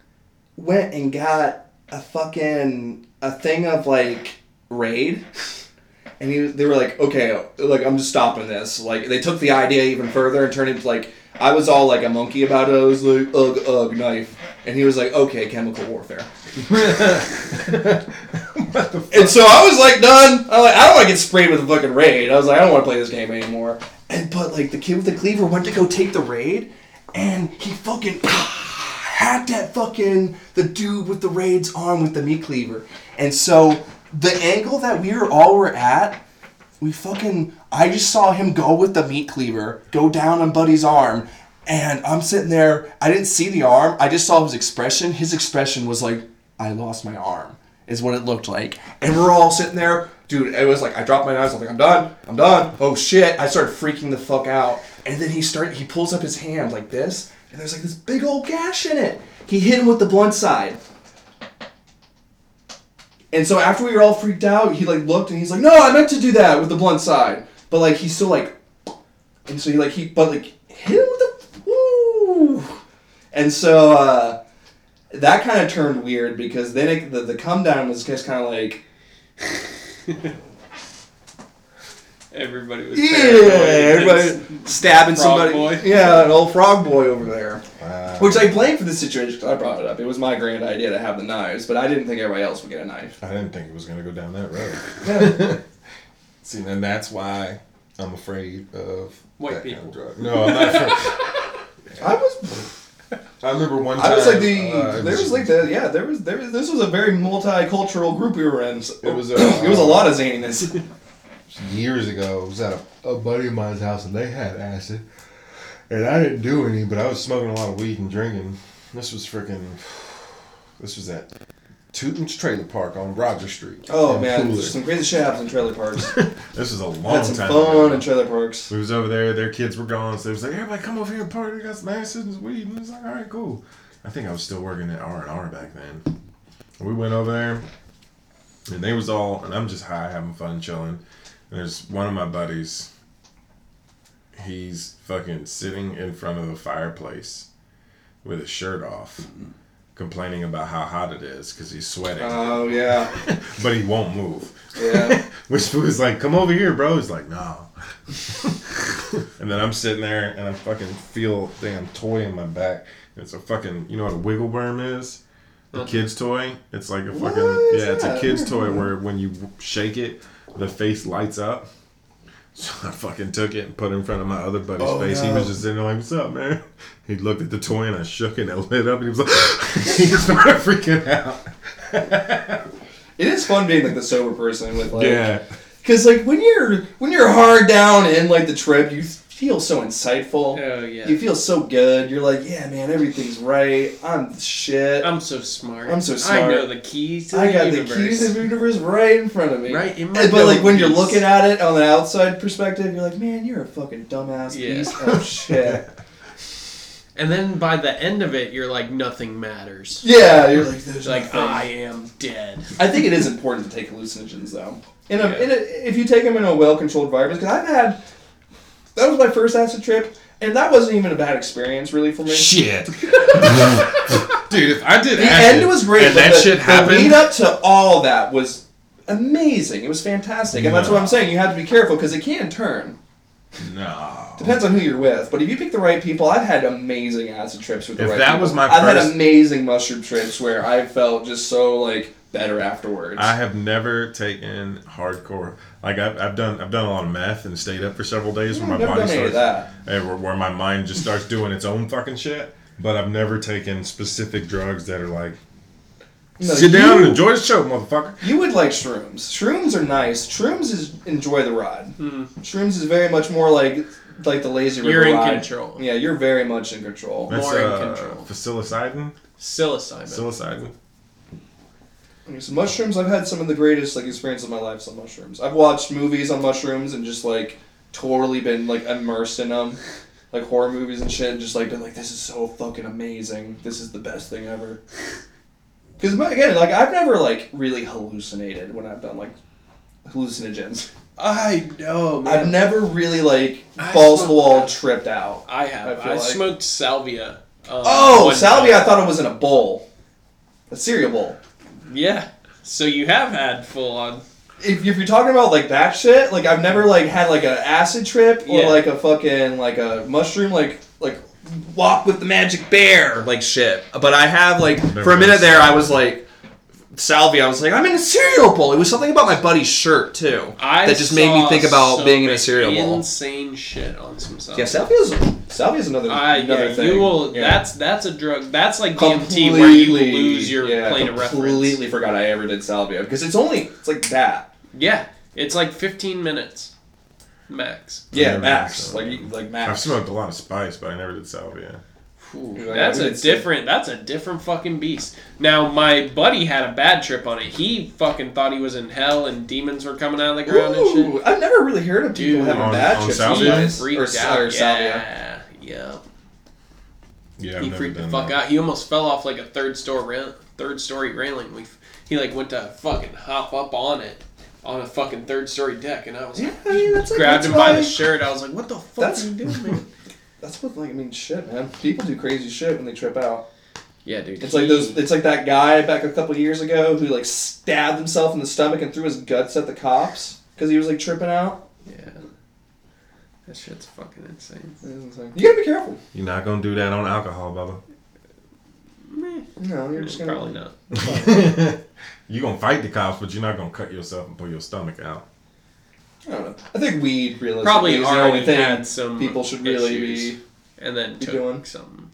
S1: went and got a fucking a thing of like raid and he, they were like okay like i'm just stopping this like they took the idea even further and turned it into like i was all like a monkey about it i was like ugh ugh knife and he was like okay chemical warfare and so i was like done i like i don't want to get sprayed with a fucking raid i was like i don't want to play this game anymore and but like the kid with the cleaver went to go take the raid and he fucking hacked that fucking the dude with the raids arm with the meat cleaver. And so the angle that we were all were at, we fucking I just saw him go with the meat cleaver, go down on Buddy's arm, and I'm sitting there, I didn't see the arm, I just saw his expression. His expression was like, I lost my arm, is what it looked like. And we're all sitting there, dude, it was like I dropped my knives, I'm like, I'm done, I'm done. Oh shit. I started freaking the fuck out. And then he started he pulls up his hand like this, and there's like this big old gash in it. He hit him with the blunt side. And so after we were all freaked out, he like looked and he's like, "No, I meant to do that with the blunt side." But like he's still like, and so he like he but like hit him with the woo. And so uh, that kind of turned weird because then it, the the come down was just kind of like,
S2: Everybody was
S1: yeah,
S2: paranoid.
S1: everybody stabbing
S2: Frog
S1: somebody,
S2: boy.
S1: yeah, an old frog boy over there.
S3: Wow.
S1: Which I blame for this situation because I brought it up. It was my grand idea to have the knives, but I didn't think everybody else would get a knife.
S3: I didn't think it was going to go down that road.
S1: Yeah.
S3: See, and that's why I'm afraid of
S2: White
S3: that
S2: people.
S3: Kind of drug. No, I'm not afraid.
S1: I was,
S3: I remember one time.
S1: I was like the.
S3: uh, it
S1: there was like the yeah. There was there. Was, this was a very multicultural group we were in. So
S3: It was, uh,
S1: it was a lot of zaniness.
S3: years ago. It was at a, a buddy of mine's house, and they had acid, and I didn't do any, but I was smoking a lot of weed and drinking. This was freaking. This was at Tootin's Trailer Park on Roger Street.
S1: Oh
S3: in
S1: man,
S3: Cooler.
S1: there's some crazy shit happens in trailer parks.
S3: this was a long
S1: Had some
S3: time.
S1: fun
S3: ago.
S1: in trailer parks.
S3: So he was over there. Their kids were gone, so it was like, "Everybody, come over here and party. We got some acid and some weed." And it was like, "All right, cool." I think I was still working at R and R back then. We went over there, and they was all, and I'm just high, having fun, chilling. And there's one of my buddies. He's fucking sitting in front of the fireplace with his shirt off, complaining about how hot it is because he's sweating,
S1: Oh yeah,
S3: but he won't move.
S1: yeah.
S3: Which was like, come over here, bro. He's like, no. and then I'm sitting there and I fucking feel a damn toy in my back. It's a fucking, you know what a wiggle worm is? The kid's toy. It's like a fucking,
S1: What is
S3: yeah, it's a
S1: that?
S3: kid's toy where when you shake it, the face lights up. So I fucking took it and put it in front of my other buddy's
S1: Oh,
S3: face. He
S1: no.
S3: was just sitting there like, what's up, man? He looked at the toy and I shook it and it lit up and he was like, he started freaking out.
S1: It is fun being like the sober person with like.
S3: yeah.
S1: Because like when you're when you're hard down in like the trip, you feel so insightful.
S2: Oh yeah.
S1: You feel so good. You're like, yeah, man, everything's right. I'm the shit. i
S2: I'm so smart.
S1: I'm so
S2: I
S1: smart.
S2: know the keys to
S1: got
S2: the
S1: the
S2: universe.
S1: keys of the universe right in front of me.
S2: Right in my
S1: And- but like when you're
S2: nose.
S1: looking at it on the outside perspective, you're like, man, you're a fucking dumbass
S2: Yeah.
S1: piece of shit.
S2: And then by the end of it, you're like, nothing matters.
S1: yeah, you're like, there's
S2: It's like,
S1: nothing.
S2: I am dead.
S1: I think it is important to take hallucinogens though. In a,
S2: Yeah.
S1: in a, if you take them in a well-controlled environment, because I've had that was my first acid trip, and that wasn't even a bad experience really for me.
S3: Shit. Dude, if I did
S1: The
S3: acid
S1: end was great,
S3: and
S1: but
S3: that
S1: the,
S3: shit
S1: the
S3: happened.
S1: lead up to all that was amazing. It was fantastic, and that's what I'm saying. You have to be careful because it can turn.
S3: no.
S1: Depends on who you're with, but if you pick the right people, I've had amazing acid trips with the
S3: If
S1: right
S3: that
S1: people.
S3: was my
S1: I've
S3: first-
S1: had amazing mushroom trips where I felt just so like better afterwards.
S3: I have never taken hardcore. Like I've, I've done, I've done a lot of meth and stayed up for several days where my
S1: I've never
S3: body
S1: done any of
S3: starts,
S1: that.
S3: eh, where, where my mind just starts doing its own fucking shit. But I've never taken specific drugs that are like
S1: No,
S3: sit down
S1: you-
S3: and enjoy the show, motherfucker.
S1: You would like shrooms. Shrooms are nice. Shrooms is enjoy the ride. Shrooms is very much more like like the lazy river
S2: Hmm. You're in
S1: ride.
S2: control.
S1: Yeah, you're very much in control.
S3: That's
S2: More in
S3: uh,
S2: control.
S3: psilocybin.
S2: Psilocybin.
S3: Psilocybin.
S1: So mushrooms, I've had some of the greatest like experiences of my life on mushrooms. I've watched movies on mushrooms and just like totally been like immersed in them, like horror movies and shit. And just like been like, this is so fucking amazing. This is the best thing ever. Because again, like I've never like really hallucinated when I've done like hallucinogens.
S2: I know, man.
S1: I've never really like
S2: I
S1: balls to the
S2: smoked
S1: wall
S2: that.
S1: tripped out.
S2: I have.
S1: I
S2: I,
S1: feel like-
S2: smoked salvia. um,
S1: Oh,
S2: one
S1: salvia! I
S2: time.
S1: thought it was in a bowl, a cereal bowl.
S2: Yeah. So you have had full on.
S1: if, if you're talking about like that shit, like I've never like had like an acid trip or
S2: Yeah.
S1: like a fucking like a mushroom like like walk with the magic bear.
S4: like shit. But I have like for
S3: Never
S4: a minute
S3: been
S4: there, I was like salvia. I was like, I'm in a cereal bowl. It was something about my buddy's shirt too
S2: I
S4: that just made me
S2: saw
S4: think about
S2: some
S4: being in a cereal bowl.
S2: Insane shit on some salvia.
S1: Yeah, salvia's salvia's another
S2: I,
S1: another
S2: Ah, yeah,
S1: thing.
S2: you will.
S1: Yeah.
S2: That's that's a drug. That's like DMT where you
S1: Completely-
S2: lose your
S1: yeah,
S2: plane of reference.
S1: Completely forgot I ever did salvia because it's only it's like that.
S2: Yeah, it's like 15 minutes, max.
S1: Yeah,
S3: never did
S1: max. Like
S3: salvia.
S1: you- like
S3: I've
S1: max.
S3: smoked a lot of spice, but I never did salvia.
S2: Ooh,
S1: You're like,
S2: that's
S1: I
S2: a
S1: did see-
S2: different. That's a different fucking beast. Now my buddy had a bad trip on it. He fucking thought he was in hell and demons were coming out of the ground and
S1: Ooh, I've never really heard of people
S2: Dude.
S1: having
S3: On-
S1: bad
S3: on
S1: trips.
S2: shit. He
S3: salvia?
S1: Nice.
S2: freaked
S1: or,
S2: out.
S1: or
S2: yeah,
S1: salvia.
S2: yeah.
S3: Yeah, I've
S2: he
S3: never
S2: freaked the
S3: done
S2: fuck
S3: that.
S2: out. He almost fell off like a third store ra- third story railing. We, f- he like went to fucking hop up on it, on a fucking third story deck, and I was
S1: Yeah,
S2: like,
S1: I mean that's like
S2: grabbed
S1: that's
S2: him by
S1: why-
S2: the shirt. I was like, what the fuck
S1: That's-
S2: are you doing, man?
S1: That's what like I mean shit, man. People do crazy shit when they trip out.
S2: yeah, dude.
S1: It's like
S2: he-
S1: those. It's like that guy back a couple years ago who like stabbed himself in the stomach and threw his guts at the cops because he was like tripping out.
S2: Yeah. That shit's fucking insane.
S1: It was insane. You gotta be careful.
S3: You're not gonna do that on alcohol, Bubba.
S2: Meh.
S1: No, you're just gonna.
S2: Mm, Probably not.
S3: You're gonna fight the cops, but you're not gonna cut yourself and pull your stomach out.
S1: I don't know. I think weed realistically
S2: Probably
S1: is the
S2: already
S1: only thing
S2: had some
S1: people should really
S2: issues.
S1: be.
S2: And then
S1: Be
S2: took
S1: doing.
S2: something.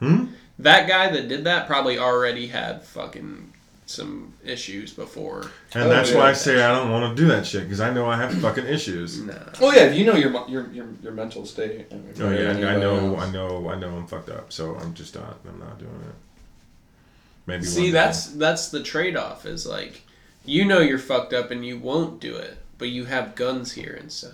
S3: Hmm?
S2: That guy that did that probably already had fucking some issues before.
S3: And
S1: Oh,
S3: that's
S1: yeah.
S3: why I say I don't want to do that shit because I know I have fucking issues.
S2: Nah.
S1: Oh yeah, if you know your mo- your your, your mental state. I mean,
S3: Oh yeah, I, I
S1: anybody
S3: know,
S1: else.
S3: I know, I know. I'm fucked up, so I'm just not. I'm not doing it. Maybe one
S2: See,
S3: day.
S2: that's that's the trade-off. Is like, you know you're fucked up and you won't do it, but you have guns here and stuff.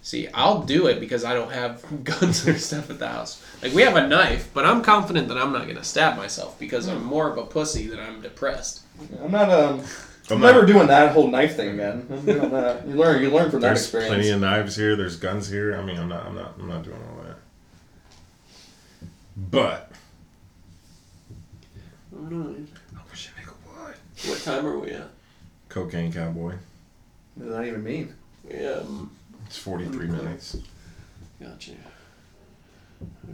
S2: See, I'll do it because I don't have guns or stuff at the house. Like we have a knife, but I'm confident that I'm not gonna stab myself because I'm more of a pussy than I'm depressed.
S1: I'm not. Um,
S3: I'm
S1: I'm
S3: not-
S1: never doing that whole knife thing again. I'm doing that. You learn. You learn from that
S3: There's
S1: experience.
S3: plenty of knives here. There's guns here. I mean, I'm not. I'm not. I'm not doing all that. But I wish a nigga would.
S2: What time are we at?
S3: Cocaine cowboy.
S1: What does that even mean?
S2: Yeah,
S3: It's 43 minutes.
S2: got you.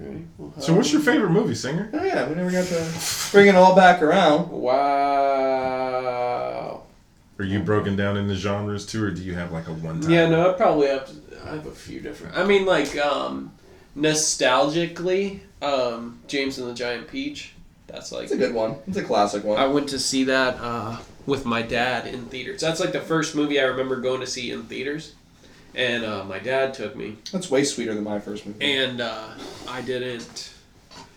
S2: Alright. Well,
S3: So, what's your favorite movie, singer?
S1: Oh yeah, we never got to bring it all back around.
S2: Wow.
S3: Are you broken down into genres too, or do you have like a one time?
S2: Yeah, no, I probably have. To, I have a few different. I mean, like um, nostalgically, um, James and the Giant Peach. That's like
S1: It's a good one. It's a classic one.
S2: I went to see that uh, with my dad in theaters. That's like the first movie I remember going to see in theaters, and uh, my dad took me.
S1: That's way sweeter than my first movie.
S2: and uh, I didn't.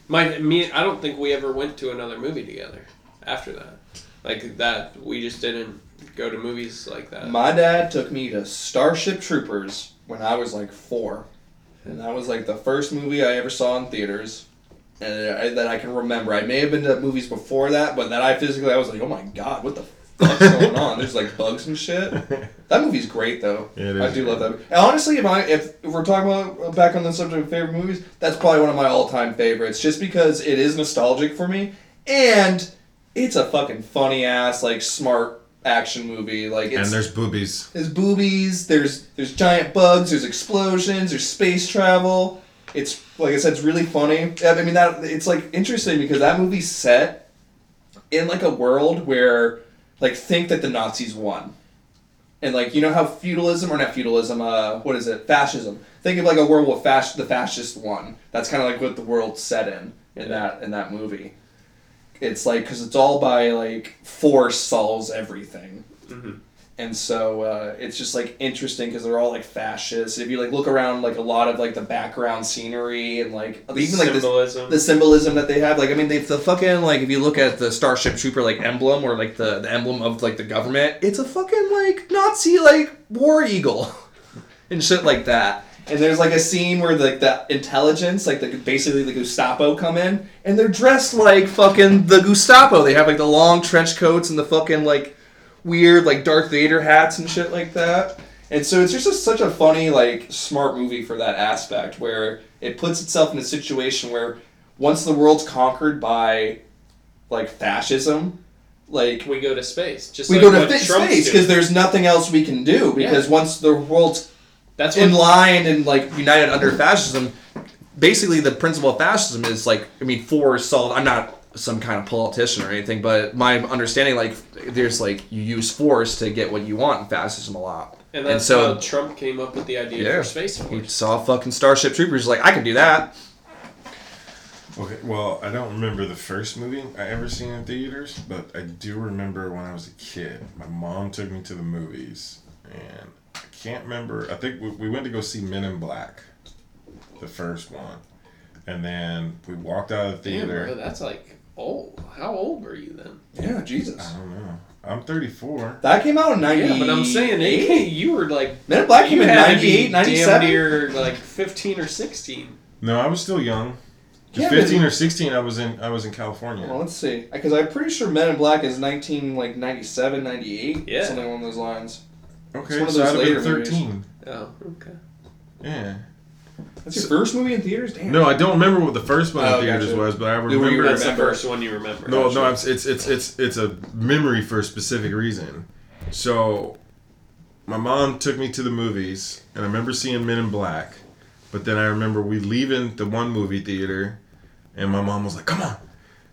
S2: My me, I don't think we ever went to another movie together after that. Like that, we just didn't go to movies like that.
S1: My dad took me to Starship Troopers when I was like four, and that was like the first movie I ever saw in theaters, and I, that I can remember. I may have been to movies before that, but that I physically I was like, oh my god, what the fuck's going on? There's like bugs and shit. That movie's great though.
S3: Yeah, it
S1: I
S3: is
S1: do love
S3: great.
S1: that. And honestly, if I if we're talking about uh, back on the subject of favorite movies, that's probably one of my all time favorites, just because it is nostalgic for me, and it's a fucking funny ass like smart action movie. Like
S3: And
S1: it's
S3: there's boobies.
S1: there's boobies, there's there's giant bugs, there's explosions, there's space travel. It's like I said, it's really funny. I mean that it's like interesting because that movie's set in like a world where like think that the Nazis won. And like you know how feudalism or not feudalism, uh, what is it? Fascism. Think of like a world where fas- the fascist won. That's kind of like what the world set in in that in that movie. It's like because it's all by like force solves everything, and so uh, it's just like interesting because they're all like fascists. If you like look around like a lot of like the background scenery and like even like this,
S2: symbolism.
S1: the symbolism that they have. Like, I mean, they the fucking like if you look at the Starship Trooper like emblem or like the, the emblem of like the government, it's a fucking like Nazi like war eagle and shit like that. And there's like a scene where like the intelligence, like the basically the Gestapo come in, and they're dressed like fucking the Gestapo. They have like the long trench coats and the fucking like weird like Darth Vader hats and shit like that. And so it's just a, such a funny like smart movie for that aspect where it puts itself in a situation where once the world's conquered by like fascism, like
S2: we go to space. Just
S1: we
S2: like
S1: go to
S2: what
S1: fit
S2: Trump's
S1: space
S2: doing.
S1: because there's nothing else we can do because once the world's
S2: that's what
S1: in line and like united under fascism, basically the principle of fascism is like I mean force solve. I'm not some kind of politician or anything, but my understanding like there's like you use force to get what you want in fascism a lot.
S2: and that's
S1: so
S2: how Trump came up with the idea
S1: Yeah.
S2: for space
S1: you
S2: force.
S1: saw fucking Starship Troopers like I can do that.
S3: Okay, well, I don't remember the first movie I ever seen in theaters, but I do remember when I was a kid. My mom took me to the movies, and I can't remember. I think we, we went to go see Men in Black, the first one, and then we walked out of the
S2: Damn, bro,
S3: theater.
S2: that's like old. How old were you then?
S1: Yeah, Jesus.
S3: I don't know. I'm 34.
S1: That came out in ninety.
S2: Yeah, but I'm saying it, you were like
S1: Men in Black
S2: you
S1: came in
S2: had to be
S1: 98,
S2: Damn
S1: 97?
S2: near like 15 or 16.
S3: No, I was still young.
S1: Yeah, but
S3: 15
S1: you-
S3: or 16, I was in I was in California.
S1: Well, let's see, because I'm pretty sure Men in Black is 19 like 97, 98,
S2: Yeah.
S1: something along those lines. it's
S3: okay,
S1: one of
S3: so
S1: those
S3: I'd have been
S1: later movies.
S3: 13.
S2: Oh, okay.
S3: Yeah.
S1: That's your first movie in theaters. Damn.
S3: No, I don't remember what the first one
S1: Oh,
S3: in theaters
S1: gotcha.
S3: was, but I
S1: you
S3: remember.
S1: remember
S2: That's the first one you remember.
S3: No, no, I'm, it's it's it's it's a memory for a specific reason. So, my mom took me to the movies, and I remember seeing Men in Black, but then I remember we leaving the one movie theater, and my mom was like, "Come on,"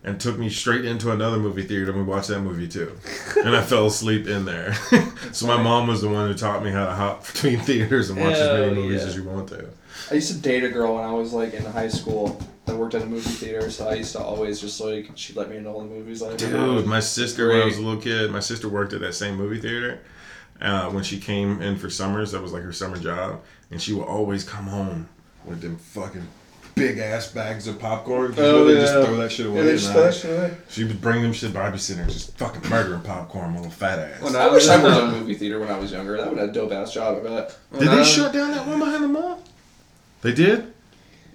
S3: and took me straight into another movie theater, and we watched that movie too, and I fell asleep in there. so my mom was the one who taught me how to hop between theaters and watch as
S2: Hell
S3: many movies
S2: yeah.
S3: as you want to.
S1: I used to date a girl when I was like in high school that worked at a movie theater, so I used to always just like she'd let me into all the movies I
S3: Dude, my sister when I was a
S1: Great.
S3: little kid, my sister worked at that same movie theater. Uh, when she came in for summers, that was like her summer job, and she would always come home with them fucking big ass bags of popcorn. 'cause, you know,
S1: Oh,
S3: they
S1: yeah.
S3: just throw that shit
S1: Yeah,
S3: away.
S1: they
S3: and
S1: just
S3: I-
S1: throw that shit away.
S3: she would bring them shit, but I'd be sitting there just fucking murdering popcorn, little fat ass.
S4: When
S1: I
S4: I
S1: wish
S4: was
S1: I worked
S4: in, uh,
S1: at a movie theater when I was younger. That would have been a dope ass job. I bet.
S3: did
S4: when
S3: they
S4: I-
S3: shut down that one behind the mall? They did.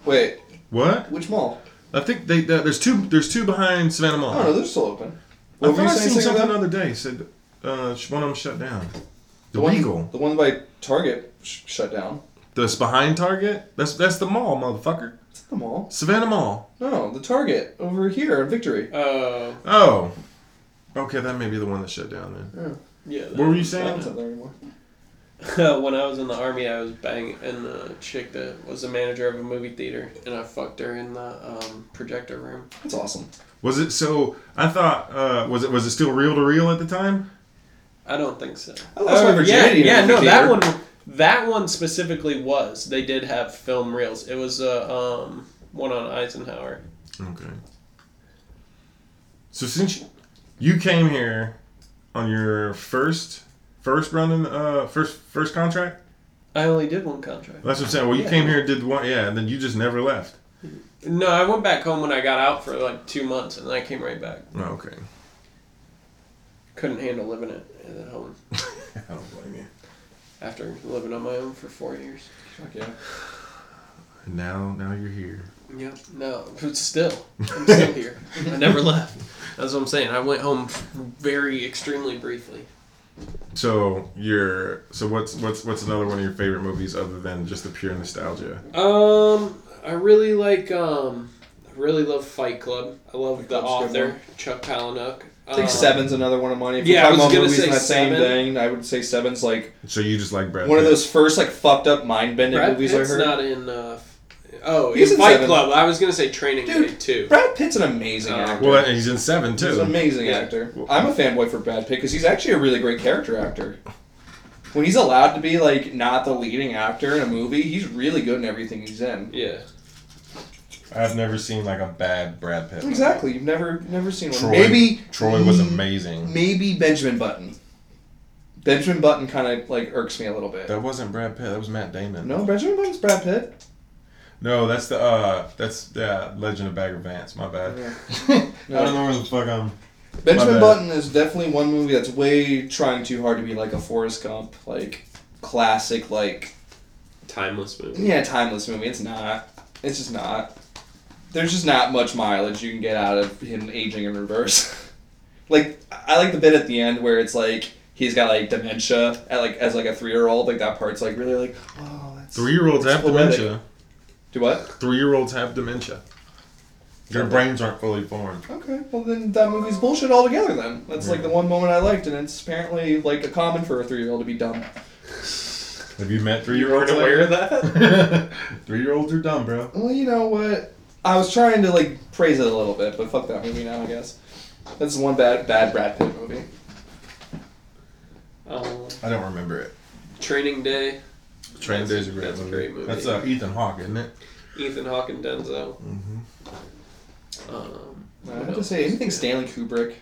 S1: Wait,
S3: What?
S1: which mall?
S3: I think they that, there's two there's two behind Savannah Mall.
S1: Oh no, they're still open.
S3: I
S1: What were
S3: thought
S1: you
S3: I
S1: saying
S3: seen
S1: something
S3: something the
S1: about-
S3: other day. Said uh, sh- one of them shut down. The,
S1: one,
S3: Regal.
S1: The one by Target sh- shut down.
S3: That's behind Target? That's that's the mall, motherfucker.
S1: It's at the mall.
S3: Savannah Mall.
S1: No, the Target over here in Victory.
S2: Oh,
S3: Oh. Okay, that may be the one that shut down then.
S2: yeah.
S3: What were
S1: I
S3: you
S1: don't live
S3: saying?
S1: there anymore.
S2: when I was in the army, I was banging and the chick that was the manager of a movie theater, and I fucked her in the um, projector room.
S1: That's awesome.
S3: Was it so I thought uh, was it was it still reel to reel at the time?
S2: I don't think so.
S1: I lost my
S2: Oh,
S1: virginity in a
S2: Yeah, yeah, no,
S1: movie
S2: that
S1: theater.
S2: one, that one specifically was. They did have film reels. It was uh, um one on Eisenhower.
S3: Okay. So since you, you came here on your first first run in uh first first contract?
S2: I only did one contract.
S3: That's what I'm saying. Well you
S2: Yeah.
S3: came here and did one yeah, and then you just never left.
S2: No, I went back home when I got out for like two months, and then I came right back.
S3: Oh, okay.
S2: Couldn't handle living it at home
S3: I don't blame you.
S2: after living on my own for four years.
S1: Fuck yeah.
S3: And now now you're here.
S2: Yeah, no, but still, I'm still here. I never left. That's what I'm saying. I went home very extremely briefly.
S3: So your so what's what's what's another one of your favorite movies other than just the pure nostalgia?
S2: Um, I really like um, I really love Fight Club. I love
S1: Fight
S2: the
S1: Club's a good
S2: author Chuck Palahniuk.
S1: I think
S2: Um,
S1: Seven's another one of mine. If
S2: yeah, I
S1: you're talking
S2: was
S1: about
S2: gonna
S1: movies
S2: say
S1: in that same
S2: Seven.
S1: thing, I would say Seven's like
S3: So you just like Brad
S1: one of
S3: Pitt.
S1: those first like fucked up mind bending
S2: Brad
S1: movies
S2: Pitt's
S1: I heard.
S2: not in. Uh, Oh,
S1: He's
S2: in
S1: in
S2: Fight
S1: seven.
S2: Club. I was gonna say Training
S1: Dude.
S2: Day too.
S1: Brad Pitt's an amazing
S2: Oh.
S1: actor.
S3: Well, and he's in seven
S1: He's an
S3: too.
S1: amazing
S2: Yeah.
S1: actor. I'm a fanboy for Brad Pitt because he's actually a really great character actor. When he's allowed to be like not the leading actor in a movie, he's really good in everything he's in.
S2: Yeah.
S3: I've never seen like a bad Brad Pitt. movie.
S1: Exactly. You've never never seen one.
S3: Troy,
S1: Maybe
S3: Troy was amazing.
S1: Maybe Benjamin Button. Benjamin Button kind of like irks me a little bit.
S3: That wasn't Brad Pitt. That was Matt Damon.
S1: No, Benjamin Button's Brad Pitt.
S3: No, that's the uh, that's the uh, Legend of Bagger Vance. My bad.
S1: Yeah.
S3: I don't know where the fuck I'm.
S1: Benjamin
S3: bad.
S1: Button is definitely one movie that's way trying too hard to be like a Forrest Gump, like classic, like
S2: Timeless movie.
S1: yeah, timeless movie. It's not. It's just not. There's just not much mileage you can get out of him aging in reverse. like I like the bit at the end where it's like he's got like dementia at like as like a three year old. Like that part's like really like wow. That's
S3: Three year olds
S1: that's
S3: have
S1: poetic.
S3: dementia.
S1: Do what?
S3: Three year olds have dementia. Their brains aren't fully formed.
S1: Okay, well then that movie's bullshit altogether. Then that's like the one moment I liked, and it's apparently like a common for a three year old to be dumb.
S3: Have you met three
S2: You
S3: year
S2: weren't
S3: olds?
S2: aware of that?
S3: three year olds are dumb, bro.
S1: Well, you know what? I was trying to like praise it a little bit, but fuck that movie now. I guess that's one bad bad Brad Pitt movie.
S2: Um,
S3: I don't remember it.
S2: Training Day.
S3: Train Day's a great
S2: That's a
S3: movie.
S2: great movie.
S3: That's uh, Ethan Hawke, isn't it?
S2: Ethan Hawke and Denzel.
S3: Mm-hmm.
S2: Um,
S1: I have to say anything Stanley Kubrick.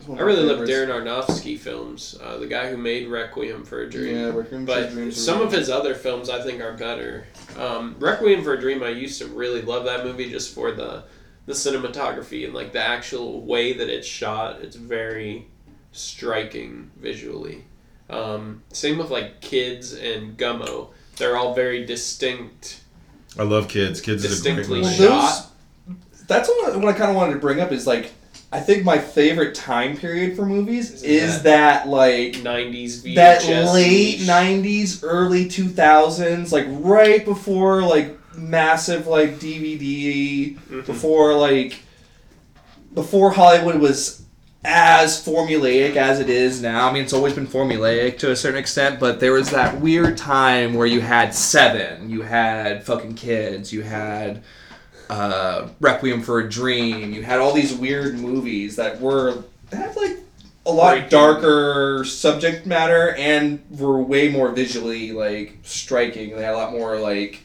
S1: is one
S2: I
S1: of my
S2: really love
S1: favorites.
S2: Darren Aronofsky films. Uh, the guy who made Requiem for a Dream.
S1: Yeah, Requiem for a
S2: but
S1: Dream's a
S2: some
S1: really-
S2: of his other films I think are better. Um, Requiem for a Dream, I used to really love that movie just for the the cinematography and like the actual way that it's shot. It's very striking visually. Um, same with like Kids and Gummo. They're all very distinct.
S3: I love kids. Kids
S2: Distinctly
S3: is a
S2: shot.
S3: great movie.
S1: Well, those, that's what I, what I kind of wanted to bring up is like I think my favorite time period for movies is,
S2: Is
S1: that like
S2: 90s VHS.
S1: that late
S2: -ish.
S1: '90s, early 2000s, like right before like massive like DVD,
S2: Mm-hmm.
S1: before like before Hollywood was as formulaic as it is now. I mean, it's always been formulaic to a certain extent, but there was that weird time where you had Seven, you had fucking Kids, you had uh, Requiem for a Dream, you had all these weird movies that were that had like a lot
S2: Breaking.
S1: darker subject matter and were way more visually like striking. They had a lot more like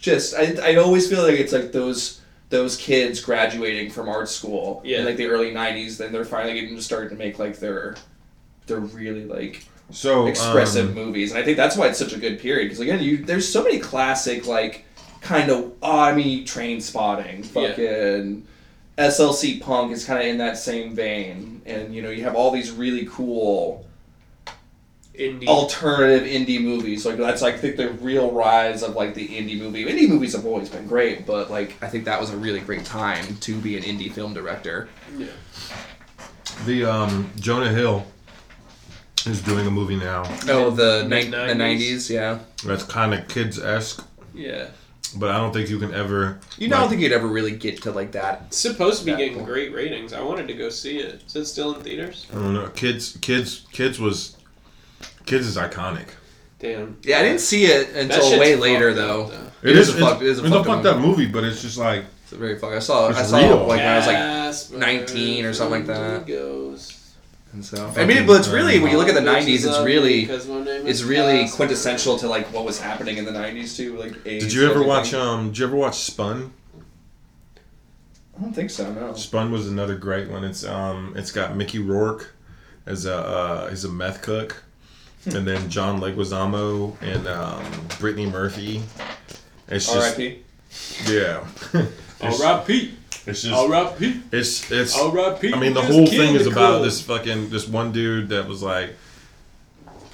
S1: just I I always feel like it's like those those kids graduating from art school
S2: Yeah.
S1: in like the early '90s, then they're finally getting to start to make like their their really like
S3: So
S1: expressive
S3: um,
S1: movies, and I think that's why it's such a good period. Because again, you there's so many classic like kind of oh, I mean, train spotting,
S2: Yeah.
S1: fucking SLC punk is kind of in that same vein, and you know you have all these really cool
S2: Indie.
S4: Oh.
S1: alternative indie movies. Like that's I think the real rise of like the indie movie. Indie movies have always been great, but like I think that was a really great time to be an indie film director.
S2: Yeah.
S3: the um, Jonah Hill is doing a movie now
S1: Oh, the ni-
S2: Mid-
S1: the
S2: 90s.
S1: nineties, yeah.
S3: that's kind of kids esque,
S2: yeah.
S3: but I don't think you can ever.
S1: You know, I don't
S3: like,
S1: think you'd ever really get to like that.
S2: It's supposed to be
S1: That
S2: getting
S1: point.
S2: great ratings. I wanted to go see it. Is it still in theaters?
S3: I don't know. Kids, kids, kids was kids is iconic.
S2: Damn.
S4: Yeah, I didn't see it
S2: That
S4: until
S2: shit's
S4: way
S2: fucked
S4: later
S2: up,
S4: though.
S3: it is.
S4: a
S3: it's,
S4: fucked- it is a
S3: it's
S4: fucked up
S3: up movie, but it's just like
S4: It's very fucking. I saw. I
S3: It's
S4: saw
S3: real.
S4: it, like when I was like,
S2: Casper
S4: 19 or something like that.
S2: Goes.
S4: and so. I
S3: Fucking,
S4: mean, but it's
S3: uh,
S4: really when you look at the '90s, it's really
S2: Because my name
S4: it's
S2: is
S4: really
S2: Casper.
S1: Quintessential to like what was happening in the nineties too. Like, AIDS
S3: Did you ever
S1: everything.
S3: watch um? Did you ever watch Spun?
S1: I don't think so. No.
S3: Spun was another great one. It's um, it's got Mickey Rourke as a uh, he's a meth cook, and then John Leguizamo and um, Brittany Murphy. It's just
S1: R.I.P.
S3: yeah. it's,
S2: R.I.P.
S3: it's just
S2: R.I.P.
S3: it's it's.
S2: R.I.P.
S3: I mean, the
S2: Just
S3: whole
S2: kill
S3: thing is
S2: Nicole.
S3: about this fucking this one dude that was like.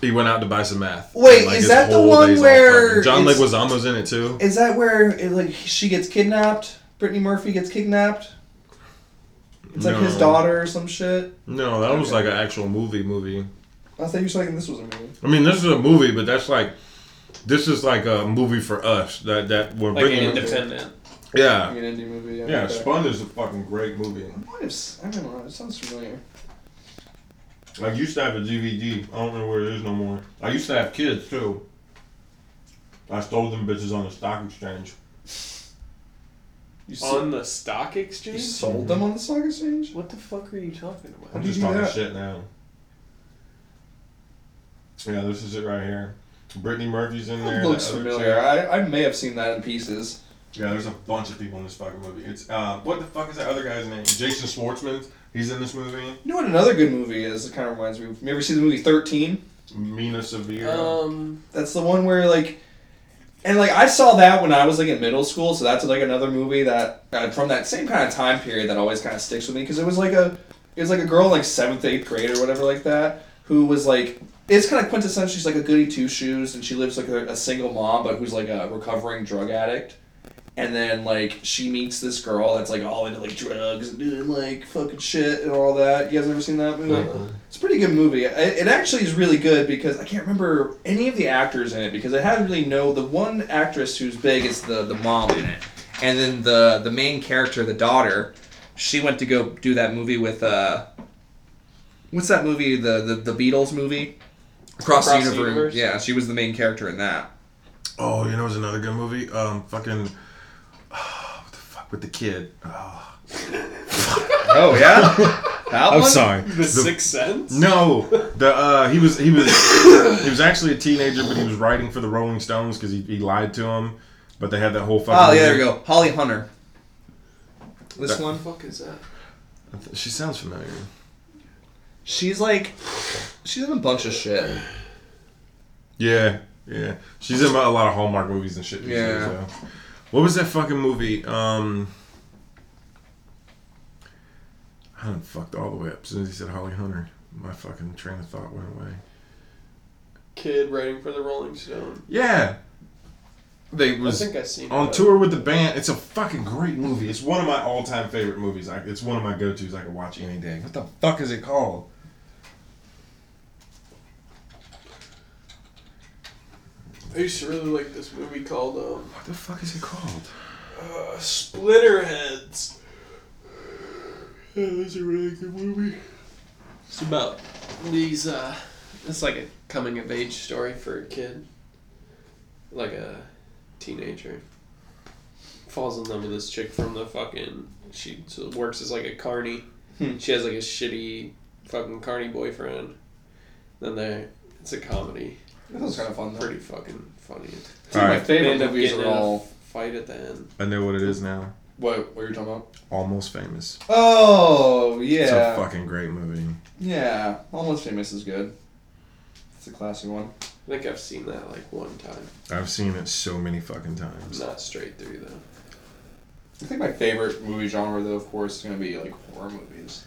S3: He went out to buy some meth.
S1: Wait,
S3: And, like,
S1: is
S3: his
S1: that the
S3: whole
S1: one
S3: day's all
S1: where
S3: fucking- John
S1: it's-
S3: Leguizamo's in it too?
S1: Is that where it, like she gets kidnapped? Brittany Murphy gets kidnapped. It's like his
S3: No.
S1: daughter or some shit.
S3: No, that was
S1: Okay.
S3: like an actual movie movie.
S1: I thought you were saying this was a movie.
S3: I mean, this is a movie, but that's like, this is like a movie for us. That that we're
S2: Like an
S3: bringing.
S2: independent.
S1: I
S3: yeah,
S1: mean, indie movie. Yeah.
S3: yeah.
S1: okay.
S3: Spun is a fucking great movie.
S1: I might have s- I don't know. It sounds familiar.
S3: I used to have a DVD. I don't know where it is no more. I used to have kids too. I stole them bitches on the stock exchange.
S1: You, so-
S2: on the stock
S1: you
S2: exchange.
S1: sold them on the stock exchange?
S2: What the fuck are you talking
S1: How
S3: I'm
S2: about?
S1: do you
S3: just
S1: do
S3: talking
S1: that?
S3: shit now. Yeah, this is it right here. Brittany Murphy's in there.
S1: It looks
S3: the other
S1: familiar.
S3: chick.
S1: I, I may have seen that in pieces.
S3: Yeah, there's a bunch of people in this fucking movie. It's uh, what the fuck is that other guy's name? Jason Schwartzman. He's in this movie.
S1: You know what another good movie is? It kind of reminds me of. You ever seen the movie 13?
S3: Mina Severe.
S4: Uh,
S2: Um,
S1: That's the one where, like. And, like, I saw that when I was, like, in middle school, so that's, like, another movie that. Uh, from that same kind of time period that always kind of sticks with me, because it was, like, a. It was, like, a girl in, like, seventh, eighth grade or whatever, like that, who was, like. It's kind of quintessential. She's, like, a goody two shoes, and she lives, like, a, a single mom, but who's, like, a recovering drug addict. and then like she meets this girl that's like all into like drugs and doing like fucking shit and all that. You guys ever seen that movie?
S4: Uh-huh.
S3: Uh-uh.
S1: It's a pretty good movie. It, it actually is really good because I can't remember any of the actors in it because I haven't really know the one actress who's big is the the mom in it,
S4: And then the the main character, the daughter, she went to go do that movie with uh, what's that movie? The the, the Beatles movie, Across,
S2: Across
S4: the
S2: the
S4: universe.
S2: Universe?
S4: Yeah, she was the main character in that.
S3: oh, you know, it's another good movie. Um, fucking. ah, what the fuck with the kid? Oh.
S4: Oh yeah, that
S3: I'm
S4: one?
S3: Oh, sorry.
S2: the, Sixth Sense.
S3: No, the uh, he was he was he was actually a teenager, but he was writing for the Rolling Stones because he, he lied to him. But they had that whole fucking.
S4: Oh yeah, there we
S3: movie.
S4: go. Holly Hunter. This
S3: That-
S4: one.
S2: What the fuck is that?
S3: I th- She sounds familiar.
S4: She's like, she's in a bunch of shit.
S3: Yeah, yeah. She's in a lot of Hallmark movies and shit. These
S4: Yeah.
S3: Days, though. What was that fucking movie? Um, I done fucked all the way up. As soon as he said Holly Hunter, my fucking train of thought went away.
S2: Kid writing for the Rolling Stone.
S3: Yeah, they was
S2: I think I've seen
S3: on
S2: that.
S3: tour with the band. It's a fucking great movie. It's one of my all time favorite movies. I, it's one of my go tos. I could watch any day. What the fuck is it called?
S2: I used to really like this movie called um,
S3: What the fuck is it called?
S2: uh, Splinterheads. That's a really good movie. It's about these. Uh, it's like a coming of age story for a kid, like a teenager. Falls in love with this chick from the fucking. She so works as like a carny.
S1: Hmm.
S2: She has like a shitty fucking carny boyfriend. Then they. It's a comedy.
S1: That was kind of fun. Though.
S2: Pretty fucking funny.
S1: Two of my
S3: Alright.
S2: They
S1: favorite
S2: end up
S1: movies
S2: getting
S1: are
S2: in a
S1: all.
S2: fight at the end.
S3: I know what it is now.
S1: What? What are you talking about?
S3: Almost Famous.
S1: Oh
S3: It's
S1: yeah,
S3: a fucking great movie.
S1: yeah. Almost Famous is good. It's a classy one.
S2: I think I've seen that like one time.
S3: I've seen it so many fucking times.
S2: Not straight through though.
S1: I think my favorite movie genre, though, of course, is gonna be like horror movies.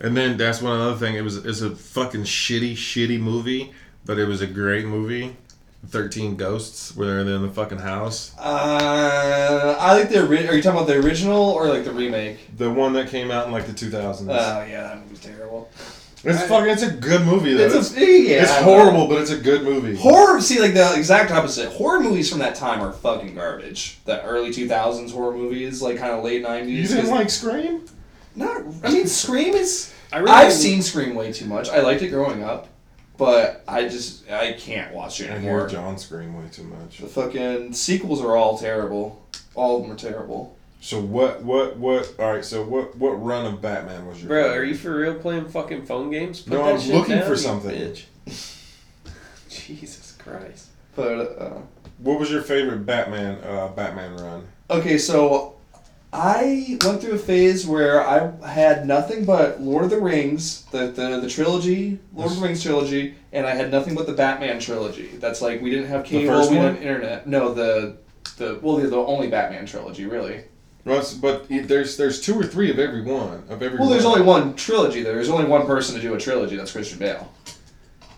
S3: And then that's one other thing. It was it's a fucking shitty, shitty movie, but it was a great movie. Thirteen Ghosts, where they're in the fucking house.
S1: Uh, I like the. Ori- are you talking about the original or like the remake?
S3: The one that came out in like the two thousands.
S1: Oh yeah, that movie's terrible.
S3: it's
S2: Uh, I-
S3: fucking. It's a good movie though. It's,
S1: It's a yeah.
S3: it's
S1: I know.
S3: horrible, but it's a good movie.
S1: Horror. See, like the exact opposite. Horror movies from that time are fucking garbage. The early two thousands horror movies, like kind of late
S3: You
S1: nineties.
S3: didn't like Scream?
S1: Not. I mean, Scream is.
S2: I
S1: I've seen Scream way too much. I liked it growing up, but I just I can't watch it
S3: I hear
S1: anymore.
S3: John Scream way too much.
S1: The fucking sequels are all terrible. All of them are terrible.
S3: So what? What? What? All right. So what? What run of Batman was your?
S2: Bro,
S3: favorite?
S2: are you for real playing fucking phone games?
S3: No,
S2: that
S3: I'm
S2: shit
S3: looking
S2: down,
S3: for
S2: you
S3: something.
S2: Bitch. Jesus Christ.
S1: But uh,
S3: What was your favorite Batman? Uh, Batman run.
S1: Okay, so I went through a phase where I had nothing but Lord of the Rings, the the, the trilogy, Lord of the Rings trilogy, and I had nothing but the Batman trilogy. That's like we didn't have cable,
S3: first
S1: we
S3: one?
S1: didn't have internet. No, the the well, the, the only Batman trilogy, really.
S3: Well, it's- but it- there's there's two or three of every one of every.
S1: Well, there's
S3: one.
S1: only one trilogy. Though. There's only one person to do a trilogy. That's Christian Bale.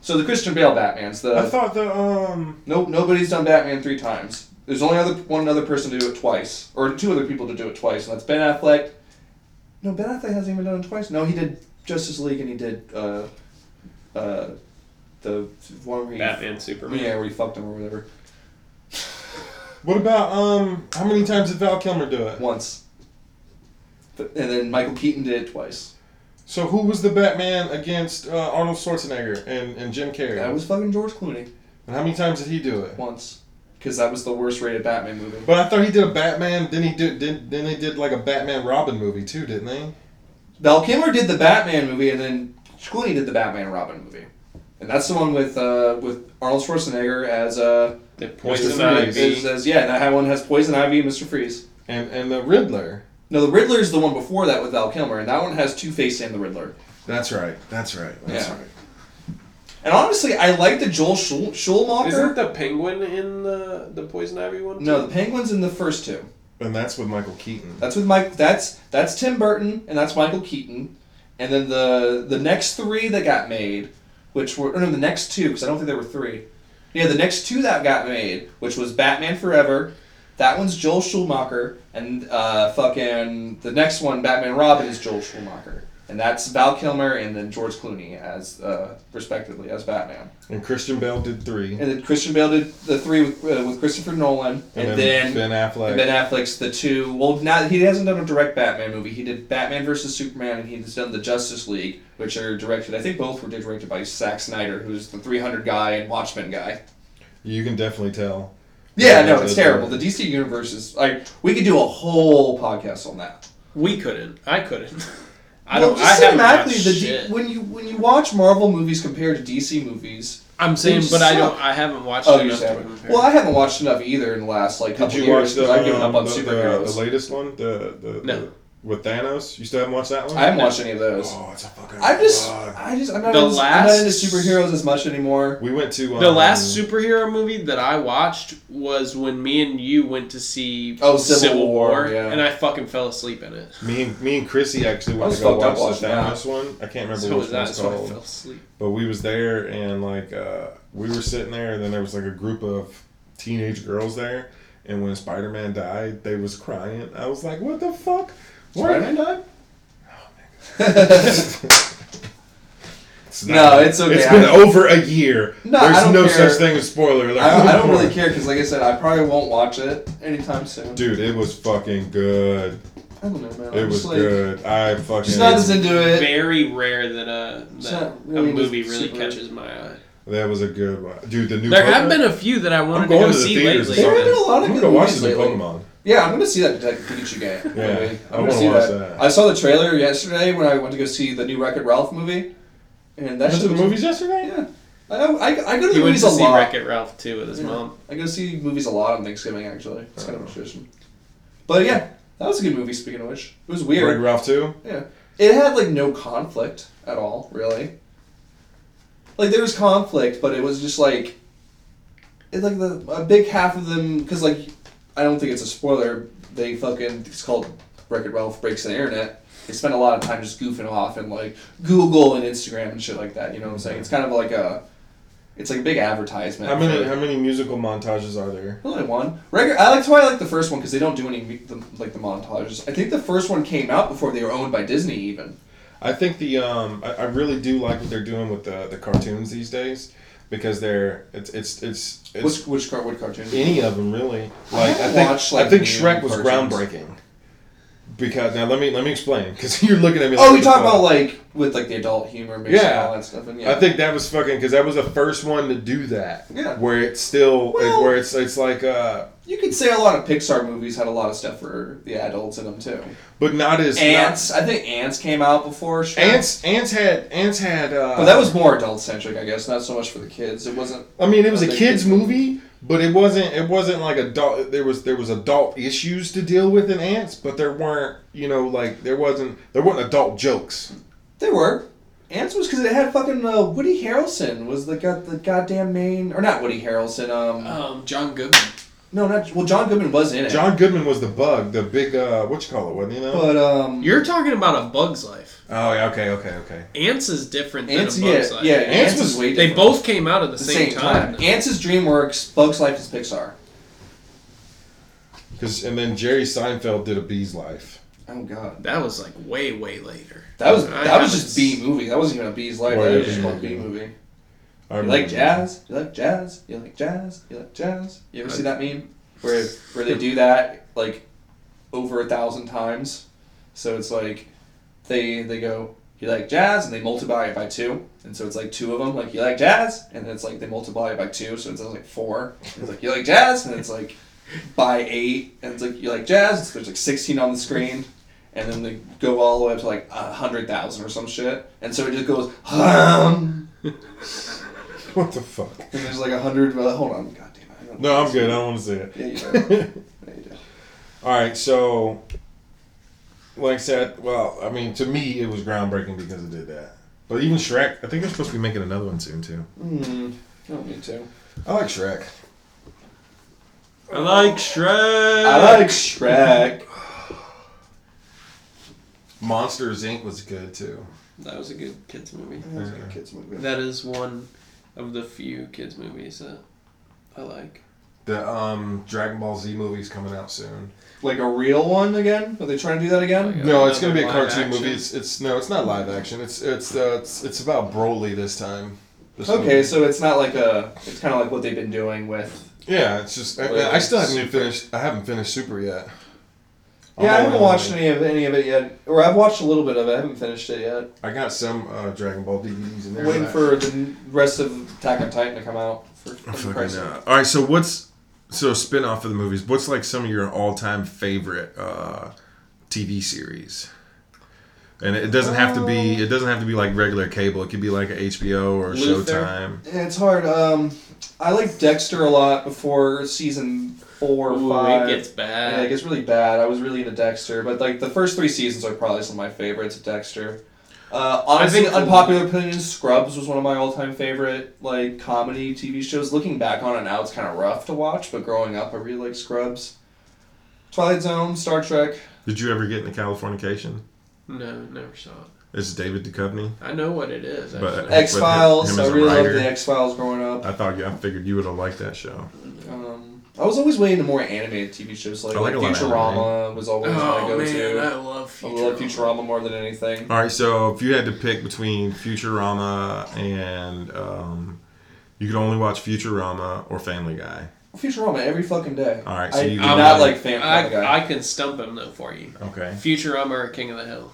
S1: So the Christian Bale Batman's the
S3: I thought the um.
S1: Nope, nobody's done Batman three times. There's only other one other person to do it twice, or two other people to do it twice, and that's Ben Affleck. No, Ben Affleck hasn't even done it twice. No, he did Justice League and he did uh, uh, the one where he
S2: Batman, Superman.
S1: yeah, where he fucked him or whatever
S3: What about um? How many times did Val Kilmer do it?
S1: once. But, and then Michael Keaton did it twice.
S3: So who was the Batman against uh, Arnold Schwarzenegger and, and Jim Carrey?
S1: That was fucking George Clooney
S3: and how many times did he do it?
S1: once. because that was the worst rated Batman movie.
S3: But I thought he did a Batman. Then he did. Did then they did like a Batman Robin movie too, didn't they?
S1: Val Kilmer did the Batman movie, and then Clooney did the Batman and Robin movie, and that's the one with uh, with Arnold Schwarzenegger as uh,
S2: The poison
S3: Mr.
S1: as,
S3: Freeze.
S2: ivy.
S1: as, yeah, and that one has Poison Ivy and Mister Freeze.
S3: And and the Riddler.
S1: No, the Riddler is the one before that with Val Kilmer, and that one has Two Face and the Riddler.
S3: That's right. That's right. That's
S1: Yeah.
S3: right.
S1: And honestly, I like the Joel Schul-
S2: Isn't
S1: Schumacher.
S2: the penguin in the the poison ivy one?
S1: No,
S2: too?
S1: the Penguin's in the first two.
S3: And that's with Michael Keaton.
S1: That's with Mike. That's that's Tim Burton, and that's Michael Keaton, and then the the next three that got made, which were or no, the next two because I don't think there were three. Yeah, the next two that got made, which was Batman Forever, that one's Joel Schumacher, and uh, fucking the next one, Batman Robin, is Joel Schumacher, and that's Val Kilmer and then George Clooney as uh, respectively as Batman,
S3: And Christian Bale did three. And,
S1: and then Christian Bale did the three with, uh, with Christopher Nolan, and, then
S3: Ben Affleck.
S1: and Ben Affleck's the two. Well, not he hasn't done a direct Batman movie. He did Batman versus Superman, and he's done the Justice League, which are directed. I think both were directed by Zack Snyder, who's the 300 guy and Watchmen guy.
S3: you can definitely tell.
S1: Yeah, no, it's terrible. The DC universe is like we could do a whole podcast on that.
S2: we couldn't. I couldn't. I
S1: Well,
S2: don't.
S1: just
S2: I haven't
S1: cinematically,
S2: watched
S1: the D-
S2: shit.
S1: when you when you watch Marvel movies compared to DC movies.
S2: I'm saying,
S1: They
S2: but I
S1: suck.
S2: don't. I haven't watched
S1: Oh, you
S2: enough to
S1: said.
S2: compare.
S1: Well, I haven't watched enough either in the last like
S3: Did
S1: couple
S3: you watch
S1: years
S3: the,
S1: because I've given up
S3: um,
S1: on
S3: the, the-
S1: superheroes.
S3: the latest one? The, the,
S2: No.
S3: the- with Thanos? You still haven't watched that one?
S1: I haven't watched any of those.
S3: Oh, it's a fucking.
S1: I just,
S3: bug.
S1: I just, I'm not,
S2: The
S1: into, I'm not
S2: last-
S1: into superheroes as much anymore.
S3: we went to. Um,
S2: The last superhero movie that I watched was when me and you went to see
S1: Oh, Civil War, yeah.
S2: and I fucking fell asleep in it.
S3: Me and, me and Chrissy actually
S1: I
S3: went
S1: was
S3: to go
S1: fucked up
S3: watch the
S1: watching
S3: Thanos one. I can't remember
S2: So
S3: which
S2: was that,
S3: one's
S2: so I
S3: called.
S2: fell asleep.
S3: But we was there and like uh, we were sitting there, and then there was like a group of teenage girls there. And when Spider Man died, they was crying. I was like, "What the fuck? Why did I not?" It's
S1: No,
S3: not-
S1: it's okay.
S3: It's
S1: I
S3: been
S1: don't-
S3: over a year.
S1: No,
S3: There's
S1: I don't
S3: no
S1: care.
S3: such thing as spoiler alert.
S1: I don't, I don't really care because, like I said, I probably won't watch it anytime soon.
S3: Dude, it was fucking good.
S1: I don't know, man.
S3: It
S1: I'm
S3: was
S1: just like,
S3: good. I fucking.
S1: just not as into it.
S2: Very rare that a
S1: It's
S2: that
S1: not really
S2: a movie
S1: just
S2: really
S1: super-
S2: catches my eye.
S3: That was a good one, dude. The new
S2: There
S3: Pokemon-
S2: have been a few that I wanted
S3: I'm
S2: to
S3: going
S2: go
S3: to the
S2: see
S3: theaters
S2: lately.
S1: There have been a lot
S3: I'm
S1: of
S3: gonna
S1: good
S3: go watch
S1: movies
S3: the new
S1: lately.
S3: Pokemon.
S1: Yeah, I'm gonna see that like, Pikachu game. movie.
S3: Yeah, I
S1: I'm
S3: wanna
S1: gonna see
S3: watch
S1: that.
S3: that.
S1: I saw the trailer yesterday when I went to go see the new Wreck It Ralph movie, and that
S3: Went
S1: shit
S3: to the
S1: was-
S3: movies yesterday.
S1: Yeah, I, know- I, I go to
S2: He
S1: the
S2: went
S1: movies
S2: to
S1: a
S2: see
S1: lot.
S2: Wreck It Ralph too with his
S1: Yeah.
S2: mom.
S1: I go see movies a lot on Thanksgiving. Actually, it's
S3: Oh.
S1: kind of a tradition. But yeah, that was a good movie. Speaking of which, it was weird.
S3: Wreck-It Ralph too.
S1: Yeah. It had like no conflict at all, really. Like there was conflict, but it was just like it like the a big half of them cuz like I don't think it's a spoiler, they fucking it's called Record Ralph breaks the internet. They spend a lot of time just goofing off and like Google and Instagram and shit like that, you know what I'm saying? It's kind of like a it's like a big advertisement.
S3: How many
S1: for-
S3: how many musical montages are there?
S1: only one. Record. I like. That's why I like the first one because they don't do any the, like the montages. I think the first one came out before they were owned by Disney. Even
S3: I think the um I, I really do like what they're doing with the, the cartoons these days because they're it's it's it's, it's
S1: which which car, what cartoon?
S3: any of them really.
S1: I
S3: Like I,
S1: haven't
S3: think
S1: watched, like,
S3: I think
S1: new
S3: Shrek was
S1: cartoons.
S3: groundbreaking. Because now let me let me explain because you're looking at me.
S1: Oh,
S3: like,
S1: you
S3: what
S1: talk
S3: the fuck?
S1: about like with like the adult humor, mix
S3: Yeah.
S1: and all that stuff. And yeah,
S3: I think that was fucking because that was the first one to do that.
S1: Yeah.
S3: Where it's still
S1: Well-
S3: where it's it's like uh
S1: you could say a lot of Pixar movies had a lot of stuff for the adults in them too.
S3: but not as
S1: Ants. I think Ants came out before. Shrek.
S3: not- ants ants had ants had uh
S1: But that was more adult centric, I guess. Not so much for the kids. It wasn't.
S3: I mean, it was a
S1: Like,
S3: kids
S1: it-
S3: movie, but it wasn't. It wasn't like adult. There was there was adult issues to deal with in Ants, but there weren't. You know, like there wasn't there weren't adult jokes.
S1: They were. Ants was because it had fucking uh, Woody Harrelson was the got the goddamn main or not Woody Harrelson. Um,
S2: Um, John Goodman.
S1: no, not well. John Goodman was in it.
S3: John Goodman was the bug, the big uh, what you call it, wasn't he? Now?
S1: but um,
S2: You're talking about a Bug's Life.
S3: oh, yeah, okay, okay, okay.
S2: Ants is different
S1: Ants.
S2: than a
S1: Yeah,
S2: Bug's Life.
S1: yeah.
S3: Ants
S1: Ants,
S3: was-
S1: was way
S2: They
S1: different.
S2: both came out at the,
S1: the same, time.
S2: though.
S1: Ants is DreamWorks. Bugs Life is Pixar.
S3: Because and then Jerry Seinfeld did a Bee's Life,
S1: Oh god,
S2: That was like way, way later.
S1: that was
S2: I
S1: that was
S2: haven't
S1: just B movie. That wasn't even a B's life.
S3: Well,
S1: That was
S3: yeah,
S1: just
S3: yeah,
S1: called B
S3: yeah.
S1: movie.
S3: I
S1: You
S3: remember
S1: like jazz? You like jazz? You like jazz? You like jazz? You ever see that meme where where they do that like over a thousand times? So it's like they they go you like jazz, and they multiply it by two, and so it's like two of them. Like you like jazz, and then it's like they multiply it by two, so it's like four. And it's like you like jazz, and it's like by eight, and it's like you like jazz. So there's like sixteen on the screen, and then they go all the way up to like a hundred thousand or some shit, and so it just goes hum,
S3: What the fuck?
S1: and there's like a hundred. Well, hold on, god damn it. I don't
S3: No, I'm good. I don't want to see it.
S1: Yeah, you do. Yeah, you do.
S3: All right, so like I said, well, I mean, to me, it was groundbreaking because it did that. But even Shrek, I think they're supposed to be making another one soon too.
S1: Hmm. I don't need
S2: Uh,
S1: to.
S3: I like Shrek.
S2: I like Shrek.
S1: I like Shrek.
S3: Monsters Inc. was good too.
S2: That was a good kids movie.
S1: That's a kids movie.
S2: That is one of the few kids movies that I like.
S3: The um, Dragon Ball Z movie's coming out soon.
S1: Like a real one again? Are they trying to do that again?
S2: Yeah,
S3: no, it's gonna be a
S2: another live
S3: cartoon
S2: action.
S3: movie. It's, it's no, it's not live action. It's it's uh, it's, it's about Broly this time. This
S1: Okay,
S3: movie.
S1: so it's not like a. It's kind of like what they've been doing with.
S3: yeah, it's just I, I still haven't even finished. I haven't finished Super yet.
S1: Yeah, I
S3: I'm
S1: haven't
S3: only-
S1: watched any of any of it yet, or I've watched a little bit of it. I haven't finished it yet.
S3: I got some uh, Dragon Ball DVDs in there.
S1: Waiting
S3: but I-
S1: for the n- rest of Attack on Titan to come out. For, for the price.
S3: Fucking uh, all right. So what's so spin off of the movies? What's like some of your all time favorite uh, TV series? And it doesn't have to
S1: Uh,
S3: be. It doesn't have to be like regular cable. It could be like a HBO or
S2: Luther.
S3: Showtime.
S1: It's hard. Um, I like Dexter a lot before season four or
S2: Ooh,
S1: five.
S2: it gets
S1: Yeah, it
S2: bad.
S1: gets really bad. I was really into Dexter, but like the first three seasons are probably some of my favorites of Dexter. Uh, honestly,
S2: think-
S1: unpopular opinion: Scrubs was one of my all-time favorite like comedy TV shows. Looking back on it now, it's kind of rough to watch, but growing up, I really liked Scrubs. Twilight Zone, Star Trek.
S3: Did you ever get into Californication?
S2: no, never saw it.
S3: It's David Duchovny.
S2: I know what it is.
S3: But-
S2: actually.
S1: X Files.
S3: him
S1: I
S3: as a
S1: really loved
S3: writer.
S1: the X Files growing up.
S3: I thought I figured you would have liked that show.
S1: Um, I was always way into more animated TV shows, like,
S3: I like a lot of
S1: Futurama was always my
S2: Oh
S1: go-to.
S2: man, I love
S1: I
S2: Futurama.
S1: love Futurama more than anything.
S3: All right. So if you had to pick between Futurama and um, you could only watch Futurama or Family Guy.
S1: Futurama every fucking day.
S3: All right, so
S1: I
S3: you-
S1: do
S3: I'm
S1: not
S3: a-
S1: like Family Guy.
S2: I, I can stump him though for you.
S3: Okay.
S2: Futurama or King of the Hill.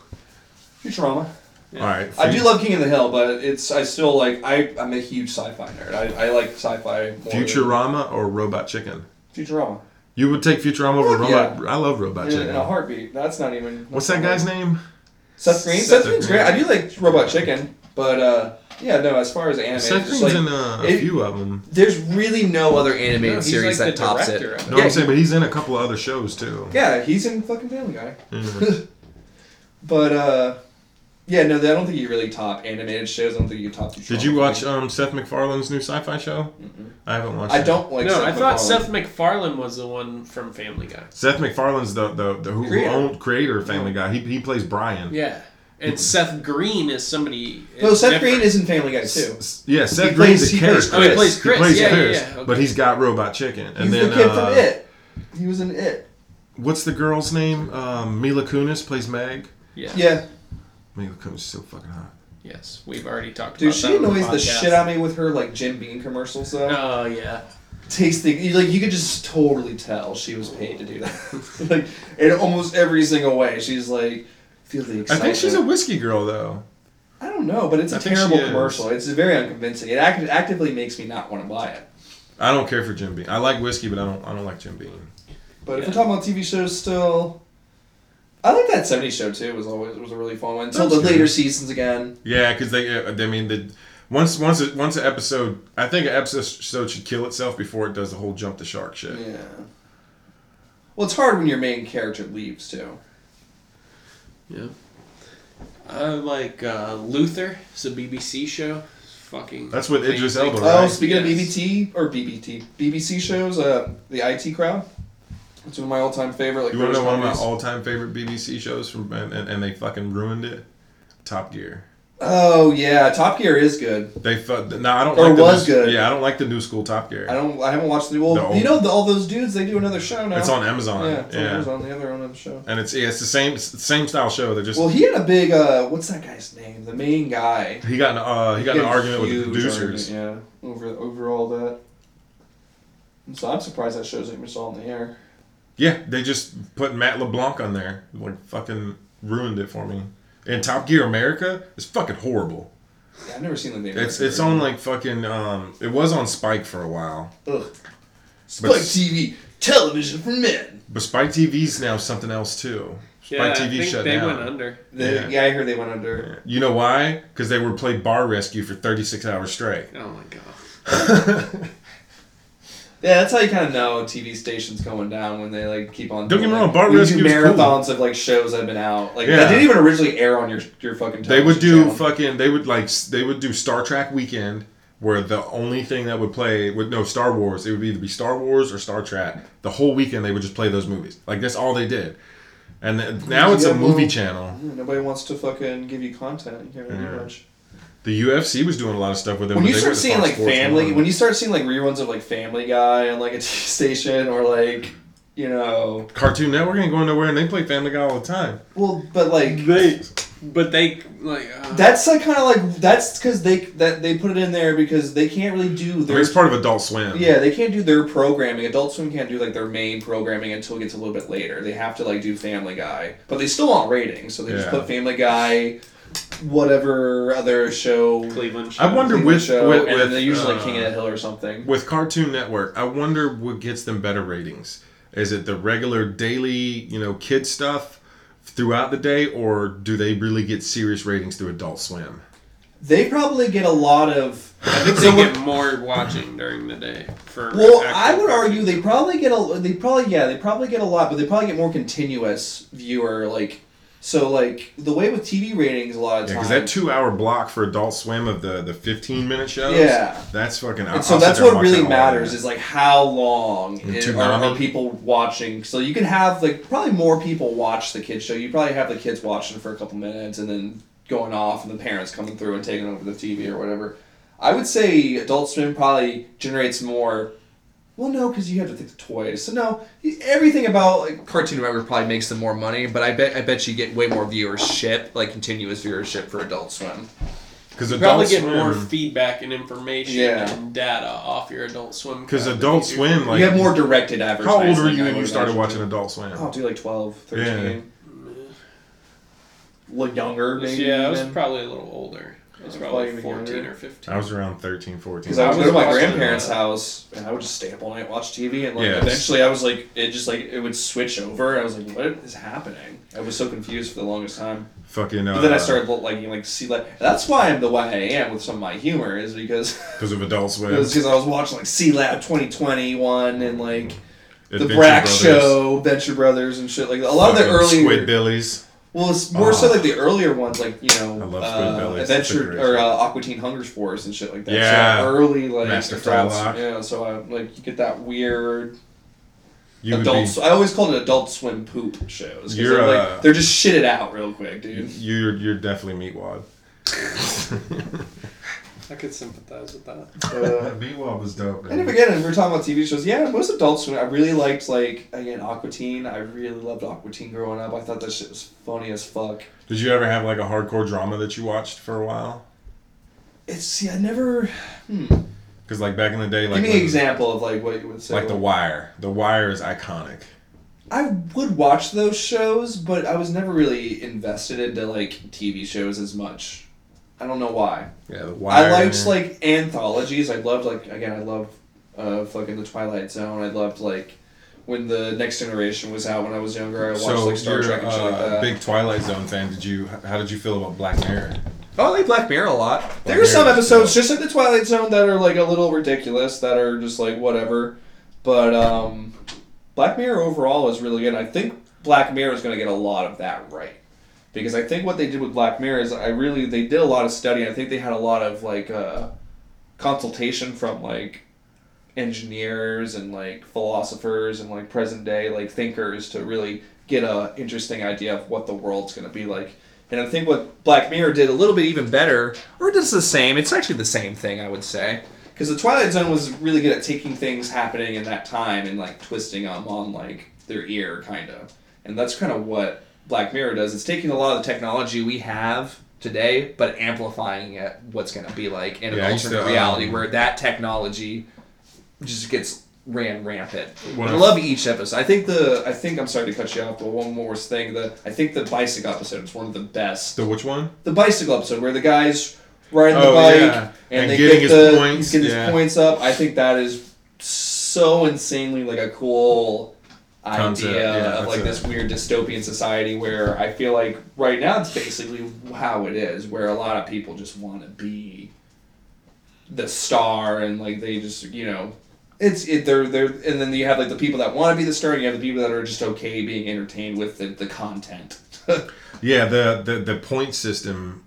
S1: Futurama.
S3: All right.
S1: I do love King of the Hill, but it's I still like I I'm a huge sci-fi nerd. I, I like sci-fi. More than-
S3: Futurama or Robot Chicken.
S1: Futurama.
S3: You would take Futurama over
S1: Fuck
S3: Robot. I love Robot
S1: In,
S3: Chicken.
S1: in a heartbeat. That's not even.
S3: What's that guy's name?
S1: Seth Green.
S3: Seth
S1: Seth Green's
S3: Green.
S1: great. I do like Robot Chicken, but uh, yeah, no. As far as anime, it's
S3: Seth
S1: just,
S3: Green's
S1: like,
S3: in uh, a
S1: it-
S3: few of them.
S4: There's really no other animated
S2: No, he's
S4: series that
S2: like the
S4: tops it.
S2: director of it.
S3: No,
S1: Yeah,
S3: I'm saying, but he's in a couple of other shows too.
S1: yeah, he's in fucking Family Guy.
S3: Mm.
S1: But uh, yeah, no, I don't think you really top animated shows. I don't think you top. Futurama.
S3: Did you watch um, Seth MacFarlane's new sci-fi show? I haven't watched.
S1: I
S3: it.
S1: don't like.
S2: no,
S1: Seth
S2: I thought
S1: MacFarlane.
S2: Seth MacFarlane was the one from Family Guy.
S3: Seth MacFarlane's the the, the who, who
S1: Creator.
S3: owned creator of Family Guy. He, he plays Brian.
S2: Yeah,
S1: Hmm.
S2: and Seth Green is somebody.
S1: No,
S2: is
S1: Seth
S2: different.
S1: Green is in Family Guy too.
S3: S- Yeah, Seth
S1: He
S3: Green's
S1: plays-
S3: the
S1: he
S3: character.
S1: plays
S2: Oh, he plays Chris.
S3: He plays
S2: yeah,
S3: Chris,
S2: yeah, yeah. Okay.
S3: but he's got Robot Chicken. And
S1: He's
S3: then
S1: the kid
S3: uh,
S1: from It. He was in It.
S3: what's the girl's name? Um, Mila Kunis plays Meg.
S2: yeah.
S1: Yeah.
S3: Mila Kunis is so fucking hot.
S2: Yes, we've already talked
S1: Dude,
S2: about that.
S1: she
S2: on
S1: annoys the,
S2: podcast.
S1: shit out of me with her like Jim Beam commercials though.
S2: Oh yeah.
S1: Tasting you- like you could just totally tell she was paid to do that. like in almost every single way, she's like feel the
S3: I
S1: excitement.
S3: think she's a whiskey girl though.
S1: I don't know, but it's a
S3: I think she
S1: terrible
S3: is.
S1: commercial. It's very unconvincing. It act- actively makes me not want to buy it.
S3: I don't care for Jim Beam. I like whiskey, but I don't. I don't like Jim Beam.
S1: But if
S2: Yeah.
S1: we're talking about TV shows, still, I like that '70s show too. It was always it was a really fun one until
S3: That's
S1: the
S3: good.
S1: later seasons again.
S3: Yeah, because they. uh, I mean, the once once it- once an episode. I think an episode should kill itself before it does the whole jump the shark shit.
S1: Yeah. Well, it's hard when your main character leaves too.
S2: Yeah. I like uh, Luther. It's a BBC show. It's fucking.
S3: That's with Idris
S2: amazing.
S3: Elba, right?
S1: Oh, speaking
S2: Yes.
S1: of BBT or BBT, BBC shows, uh, the IT Crowd. It's one of my all-time favorite. Like,
S3: You want to know
S1: British
S3: one of
S1: comedies.
S3: my all time favorite BBC shows from, and, and, and they fucking ruined it. Top Gear.
S1: Oh yeah, Top Gear is good.
S3: They fu- no, I don't.
S1: Or
S3: like
S1: was
S3: the new,
S1: good.
S3: Yeah, I don't like the new school Top Gear.
S1: I don't. I haven't watched the. Well,
S3: No.
S1: you know, the, all those dudes. They do another show now.
S3: It's on Amazon.
S1: Yeah, it's
S3: yeah.
S1: on Amazon. They have their own other show.
S3: And it's yeah, it's the same it's the same style show. They just
S1: Well, he had a big. uh What's that guy's name? The main guy.
S3: he got in, uh, he got in an
S1: Big,
S3: argument with the
S1: huge
S3: producers.
S1: argument, yeah, over over all that. And so I'm surprised that show's even still on the air.
S3: Yeah, they just put Matt LeBlanc on there. Like fucking ruined it for me. And Top Gear America is fucking horrible.
S1: I've never seen like the
S3: It's
S1: American
S3: it's on like fucking um it was on Spike for a while.
S1: version. Ugh. Spike TV, television for men.
S3: But Spike TV's now something else too. Spike
S2: Yeah,
S3: TV
S2: I think
S3: shut
S2: they
S3: down.
S2: went under.
S1: The-
S3: Yeah.
S1: yeah. I heard they went under.
S3: You know why? Because they were played Bar Rescue for 36 hours straight.
S2: Oh my god.
S1: Yeah, that's how you kind of know TV stations going down when they like keep on.
S3: Don't get
S1: doing,
S3: me wrong,
S1: like,
S3: Bar
S1: we would
S3: Rescue
S1: do
S3: was cool.
S1: marathons of like shows that have been out. Like
S3: Yeah.
S1: that didn't even originally air on your your fucking.
S3: They would
S1: television
S3: do
S1: channel.
S3: fucking. They would like. s- They would do Star Trek Weekend, where the only thing that would play would no Star Wars. It would either be Star Wars or Star Trek. The whole weekend they would just play those movies. Like that's all they did. And th- now it's
S1: Yeah,
S3: a movie
S1: well-
S3: channel.
S1: Yeah, Nobody wants to fucking give you content. You can't really do
S3: Yeah.
S1: much.
S3: The UFC was doing a lot of stuff with it.
S1: When
S3: but
S1: you
S3: they
S1: start
S3: went to
S1: seeing
S3: Fox
S1: like
S3: Sports
S1: Family,
S3: One.
S1: when you start seeing like reruns of like Family Guy on like a TV station or like you know,
S3: Cartoon Network ain't going nowhere, and they play Family Guy all the time.
S1: well, but like
S2: They, but they like. Uh,
S1: That's like kind of like that's because they that they put it in there because they can't really do
S3: I mean,
S1: their
S3: it's part of Adult Swim.
S1: yeah they can't do their programming. Adult Swim can't do like their main programming until it gets a little bit later. They have to like do Family Guy, but they still want ratings, so they just
S3: Yeah.
S1: put Family Guy, whatever other show.
S2: Cleveland. Show.
S3: I wonder
S1: Cleveland
S3: which
S1: show,
S3: with,
S1: and
S3: with,
S1: they usually
S3: uh,
S1: King of the Hill or something.
S3: with Cartoon Network, I wonder what gets them better ratings. Is it the regular daily, you know, kid stuff throughout the day, or do they really get serious ratings through Adult Swim?
S1: They probably get a lot of.
S2: I think
S1: So
S2: they
S1: what-
S2: get more watching during the day. For
S1: Well,
S2: actual
S1: I would
S2: content.
S1: argue they probably get a they probably yeah they probably get a lot, but they probably get more continuous viewer like. So like the way with TV ratings a lot of
S3: Yeah,
S1: times.
S3: because that two-hour block for Adult Swim of the the fifteen-minute shows,
S1: Yeah.
S3: that's fucking.
S1: and so that's what really matters is like how long it, are,
S3: Toonami?
S1: are people watching. So you could have like probably more people watch the kids show. You probably have the kids watching for a couple minutes and then going off, and the parents coming through and taking over the TV or whatever. I would say Adult Swim probably generates more. Well, no, because you have to think of toys. So no, everything about like
S4: Cartoon Network probably makes them more money, but I bet I bet you get way more viewership, like continuous viewership for Adult Swim.
S3: because
S2: You probably
S3: Adult
S2: get more
S3: Swim,
S2: feedback and information
S1: Yeah.
S2: and data off your Adult Swim.
S3: because
S2: crap than
S3: Adult
S2: you do.
S3: Swim, like
S1: you have more directed
S3: How
S1: advertising.
S3: old were you
S1: I
S3: when you
S1: would
S3: started
S1: imagine.
S3: watching Adult Swim?
S1: Oh, dude, like 12, 13. A little younger, maybe.
S2: Yeah, I was
S1: even.
S2: probably a little older. I was
S1: I was
S2: probably
S1: probably
S2: fourteen
S1: younger.
S2: or fifteen.
S3: I was around 13, 14.
S1: Because I would
S2: I
S1: go to my
S2: watching,
S1: grandparents'
S2: uh,
S1: house and I would just stay up all night, watch TV, and like
S3: Yeah.
S1: eventually I was like, it just like it would switch over. I was like, what is happening? I was so confused for the longest time.
S3: fucking. Uh,
S1: But then I started lo- like you like see like that's why I'm the way I am with some of my humor is because
S3: because of Adult Swim.
S1: because I was watching like C Lab 2021 and like the
S3: Adventure
S1: Brack
S3: Brothers,
S1: Show, Venture Brothers, and shit like that. a lot of the
S3: fucking
S1: early
S3: Squid Billies.
S1: Well, it's more so
S3: Ah.
S1: like the earlier ones, like you know,
S3: I love
S1: uh,
S3: Squidbillies. It's a
S1: Adventure
S3: great
S1: or uh,
S3: show.
S1: Aqua Teen Hunger Force and shit like that. So,
S3: Yeah.
S1: early like
S3: Master
S1: adults-
S3: Frylock.
S1: Yeah, so I like you get that weird
S3: You would
S1: adult.
S3: be,
S1: sw- I always called it Adult Swim poop shows. 'cause
S3: You're,
S1: they're, like,
S3: uh,
S1: they're just shitted out real quick, dude.
S3: you're you're definitely meatwad.
S2: I could sympathize with that.
S1: Uh,
S3: meatwad was dope.
S1: and if again, if we're talking about TV shows, yeah, most Adult Swim. I really liked like again Aqua Teen. I really loved Aqua Teen growing up. I thought that shit was funny as fuck.
S3: Did you ever have like a hardcore drama that you watched for a while?
S1: It's see, I never. Hmm.
S3: Because like back in the day,
S1: Give
S3: like
S1: me an
S3: when-
S1: example of like what you would say.
S3: like The Wire. The Wire is iconic.
S1: I would watch those shows, but I was never really invested into like TV shows as much. I don't know why.
S3: Yeah, The Wire.
S1: I liked like anthologies. I loved like again. I loved uh, fucking the Twilight Zone. I loved like when the Next Generation was out when I was younger. I watched
S3: so
S1: like Star
S3: you're
S1: Trek and shit
S3: uh,
S1: like that.
S3: a big Twilight Zone fan. Did you? How did you feel about Black Mirror?
S4: Oh, I like Black Mirror a lot.
S1: there are some
S3: Mirror.
S1: episodes just like the Twilight Zone that are like a little ridiculous that are just like whatever. But um, Black Mirror overall is really good. I think Black Mirror is going to get a lot of that right because I think what they did with Black Mirror is I really they did a lot of study. I think they had a lot of like uh, consultation from like engineers and like philosophers and like present day like thinkers to really get a interesting idea of what the world's going to be like. And I think what Black Mirror did a
S4: A little bit even better, or just the same. It's actually the same thing, I would say.
S1: because the Twilight Zone was really good at taking things happening in that time and like twisting them on like their ear, kind of. And that's kind of what Black Mirror does. It's taking a lot of the
S4: Technology we have today, but amplifying it, what's going to be like in
S3: Yeah,
S4: an
S3: I used
S4: alternate
S3: to, um,
S4: reality where that technology just gets ran rampant.
S3: What
S4: I
S3: if-
S4: love each episode.
S1: I think the I think I'm sorry to cut you off, but one more thing. The I think the bicycle episode is one of the best.
S3: The which one?
S1: The bicycle episode where the guys riding the
S3: Oh,
S1: bike
S3: yeah.
S1: and,
S3: And
S1: they
S3: getting
S1: get
S3: his
S1: the,
S3: points,
S1: get his
S3: yeah.
S1: points up. I think that is so insanely like a cool
S3: Concept,
S1: idea
S3: yeah,
S1: of
S3: that's
S1: like
S3: a-
S1: this weird dystopian society where I feel like right now it's basically how it is, where a lot of people just want to be the star and like they just you know it's it they're they're and then you have like the people that want to be the star and you have the people that are just okay being entertained with the, the content
S3: Yeah, the, the the point system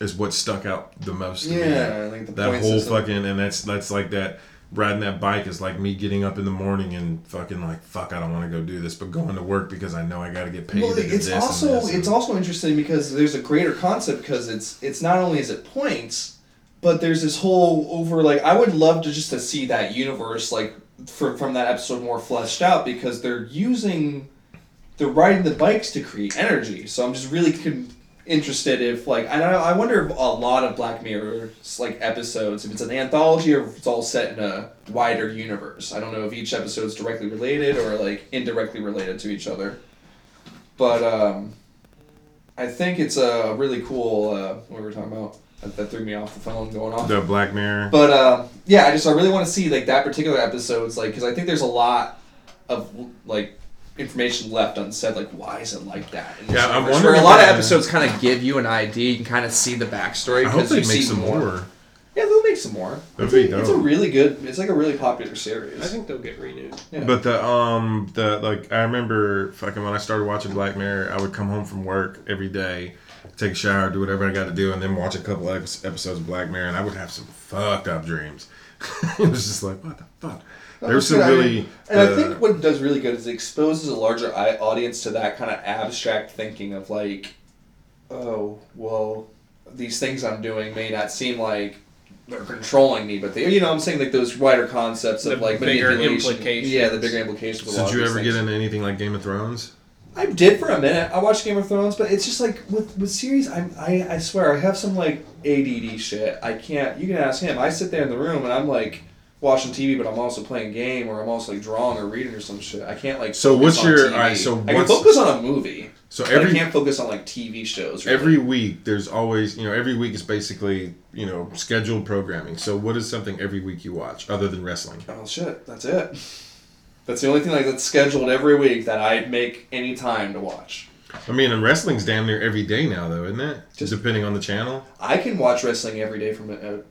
S3: is what stuck out the most. to me.
S1: yeah like the
S3: that
S1: point
S3: whole
S1: system.
S3: fucking and that's that's like that riding that bike is like me getting up in the morning and fucking like fuck I don't want to go do this but going to work because I know I got to get paid.
S1: well
S3: to do
S1: it's
S3: this and
S1: also
S3: this and-
S1: it's also interesting because there's a greater concept because it's it's not only is it points but there's this whole over like i would love to just to see that universe like for, from that episode more fleshed out because they're using they're riding the bikes to create energy so i'm just really con- interested if like i don't know i wonder if a lot of black mirror's like episodes if it's an anthology or if it's all set in a wider universe i don't know if each episode's directly related or like indirectly related to each other but um, I think it's a really cool. Uh, what we were talking about that, that threw me off the phone going off.
S3: the Black Mirror.
S1: But uh, yeah, I just I really want to see like that particular episode's like because I think there's a lot of like information left unsaid. Like why is it like that? in this
S3: Yeah, I'm
S1: universe?
S3: wondering
S4: Where a lot of
S3: Yeah.
S4: episodes kind of give you an idea, you can kind of see the backstory.
S3: I hope
S4: because
S3: they
S4: you
S3: make
S4: see
S3: some more.
S1: Yeah, they'll make some more.
S3: That'd
S1: It's
S3: be
S1: a, it's a
S3: dope.
S1: really good. It's like a really popular series.
S2: I think they'll get renewed.
S1: Yeah.
S3: But the um the like I remember fucking when I started watching Black Mirror, I would come home from work every day, take a shower, do whatever I got to do, and then watch a couple of ex- episodes of Black Mirror, and I would have some fucked up dreams. it was just like what the fuck. There was some
S1: Yeah, I mean,
S3: really.
S1: and I
S3: uh,
S1: think what it does really good is it exposes a larger i- audience to that kind of abstract thinking of like, oh, well, these things I'm doing may not seem like they're controlling me, but they, you know, I'm saying like those wider concepts of
S2: The
S1: like
S2: bigger
S1: manipulation.
S2: implications.
S1: Yeah, the bigger implications. Of a
S3: So
S1: lot
S3: did you
S1: of these
S3: ever
S1: things.
S3: get into anything like Game of Thrones?
S1: I did for a minute. I watched Game of Thrones, but it's just like with with series. I I, I swear I have some like ADD shit. I can't. You can ask him. I sit there in the room and I'm like watching TV, but I'm also playing game or I'm also like drawing or reading or some shit. I can't like.
S3: So
S1: focus on
S3: what's your-
S1: TV.
S3: alright, so
S1: I can
S3: what's-
S1: focus on a movie.
S3: So
S1: but
S3: every
S1: I can't focus on like TV shows. really.
S3: every week there's always you know every week is basically you know scheduled programming. So what is something every week you watch other than wrestling?
S1: Oh shit! That's it. That's the only thing like that's scheduled every week that I make any time to watch.
S3: I mean, and wrestling's damn near every day now, though, isn't it? Just
S1: Just-
S3: depending on the channel.
S1: I can watch wrestling every day from uh,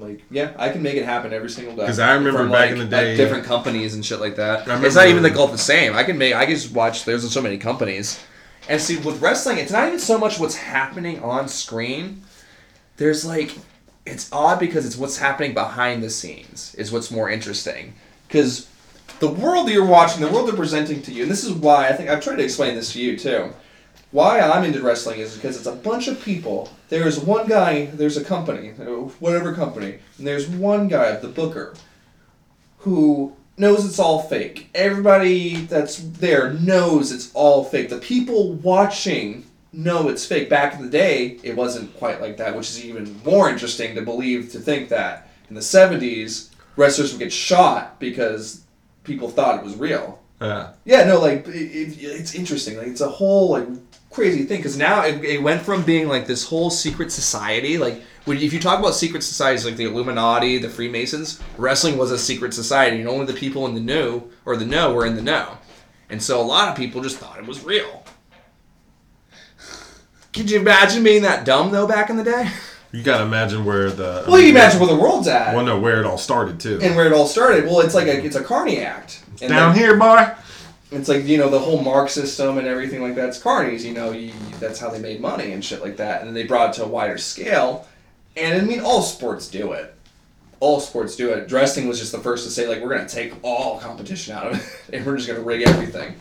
S1: like yeah, I can make it happen every single day.
S3: 'Cause I remember
S1: From,
S3: back
S1: like,
S3: in the day,
S4: Like different companies and shit like that.
S3: I
S4: It's not
S3: remember-
S4: even like all the same. I can make. I can just watch. There's so many companies. And see, with wrestling, it's not even so much what's happening on screen. There's like, it's odd because it's what's happening behind the scenes is what's more interesting. Because
S1: the world that you're watching, the world they're presenting to you, and this is why I think I've tried to explain this to you too. Why I'm into wrestling is because it's a bunch of people. There is one guy, there's a company, whatever company, and there's one guy, the booker, who knows it's all fake. Everybody that's there knows it's all fake. The people watching know it's fake. Back in the day, it wasn't quite like that, which is even more interesting to believe to think that. In the 70s, wrestlers would get shot because people thought it was real.
S3: Uh,
S1: Yeah, no, like it, it, it's interesting. Like it's a whole like crazy thing because now
S4: now it, it went from being like this whole secret society. Like when, if you talk about secret societies, like the Illuminati, the Freemasons, wrestling was a secret society, and only the people in the know or the know were in the know. And so a lot of people just thought it was real. Could you imagine being that dumb though back in the day?
S3: you gotta imagine where the.
S1: well, you can imagine where the world's at
S3: Well, no, where it all started too.
S1: and where it all started. Well, it's like a it's a Carney Act. And
S3: Down
S1: then
S3: here, boy.
S1: It's like you know the whole Marx system and everything like that's Carneys. You know you, that's how they made money and shit like that. And then they brought it to a wider scale. And I mean, all sports do it. All sports do it. Wrestling was just the first to say like we're gonna take all competition out of it and we're just gonna rig everything.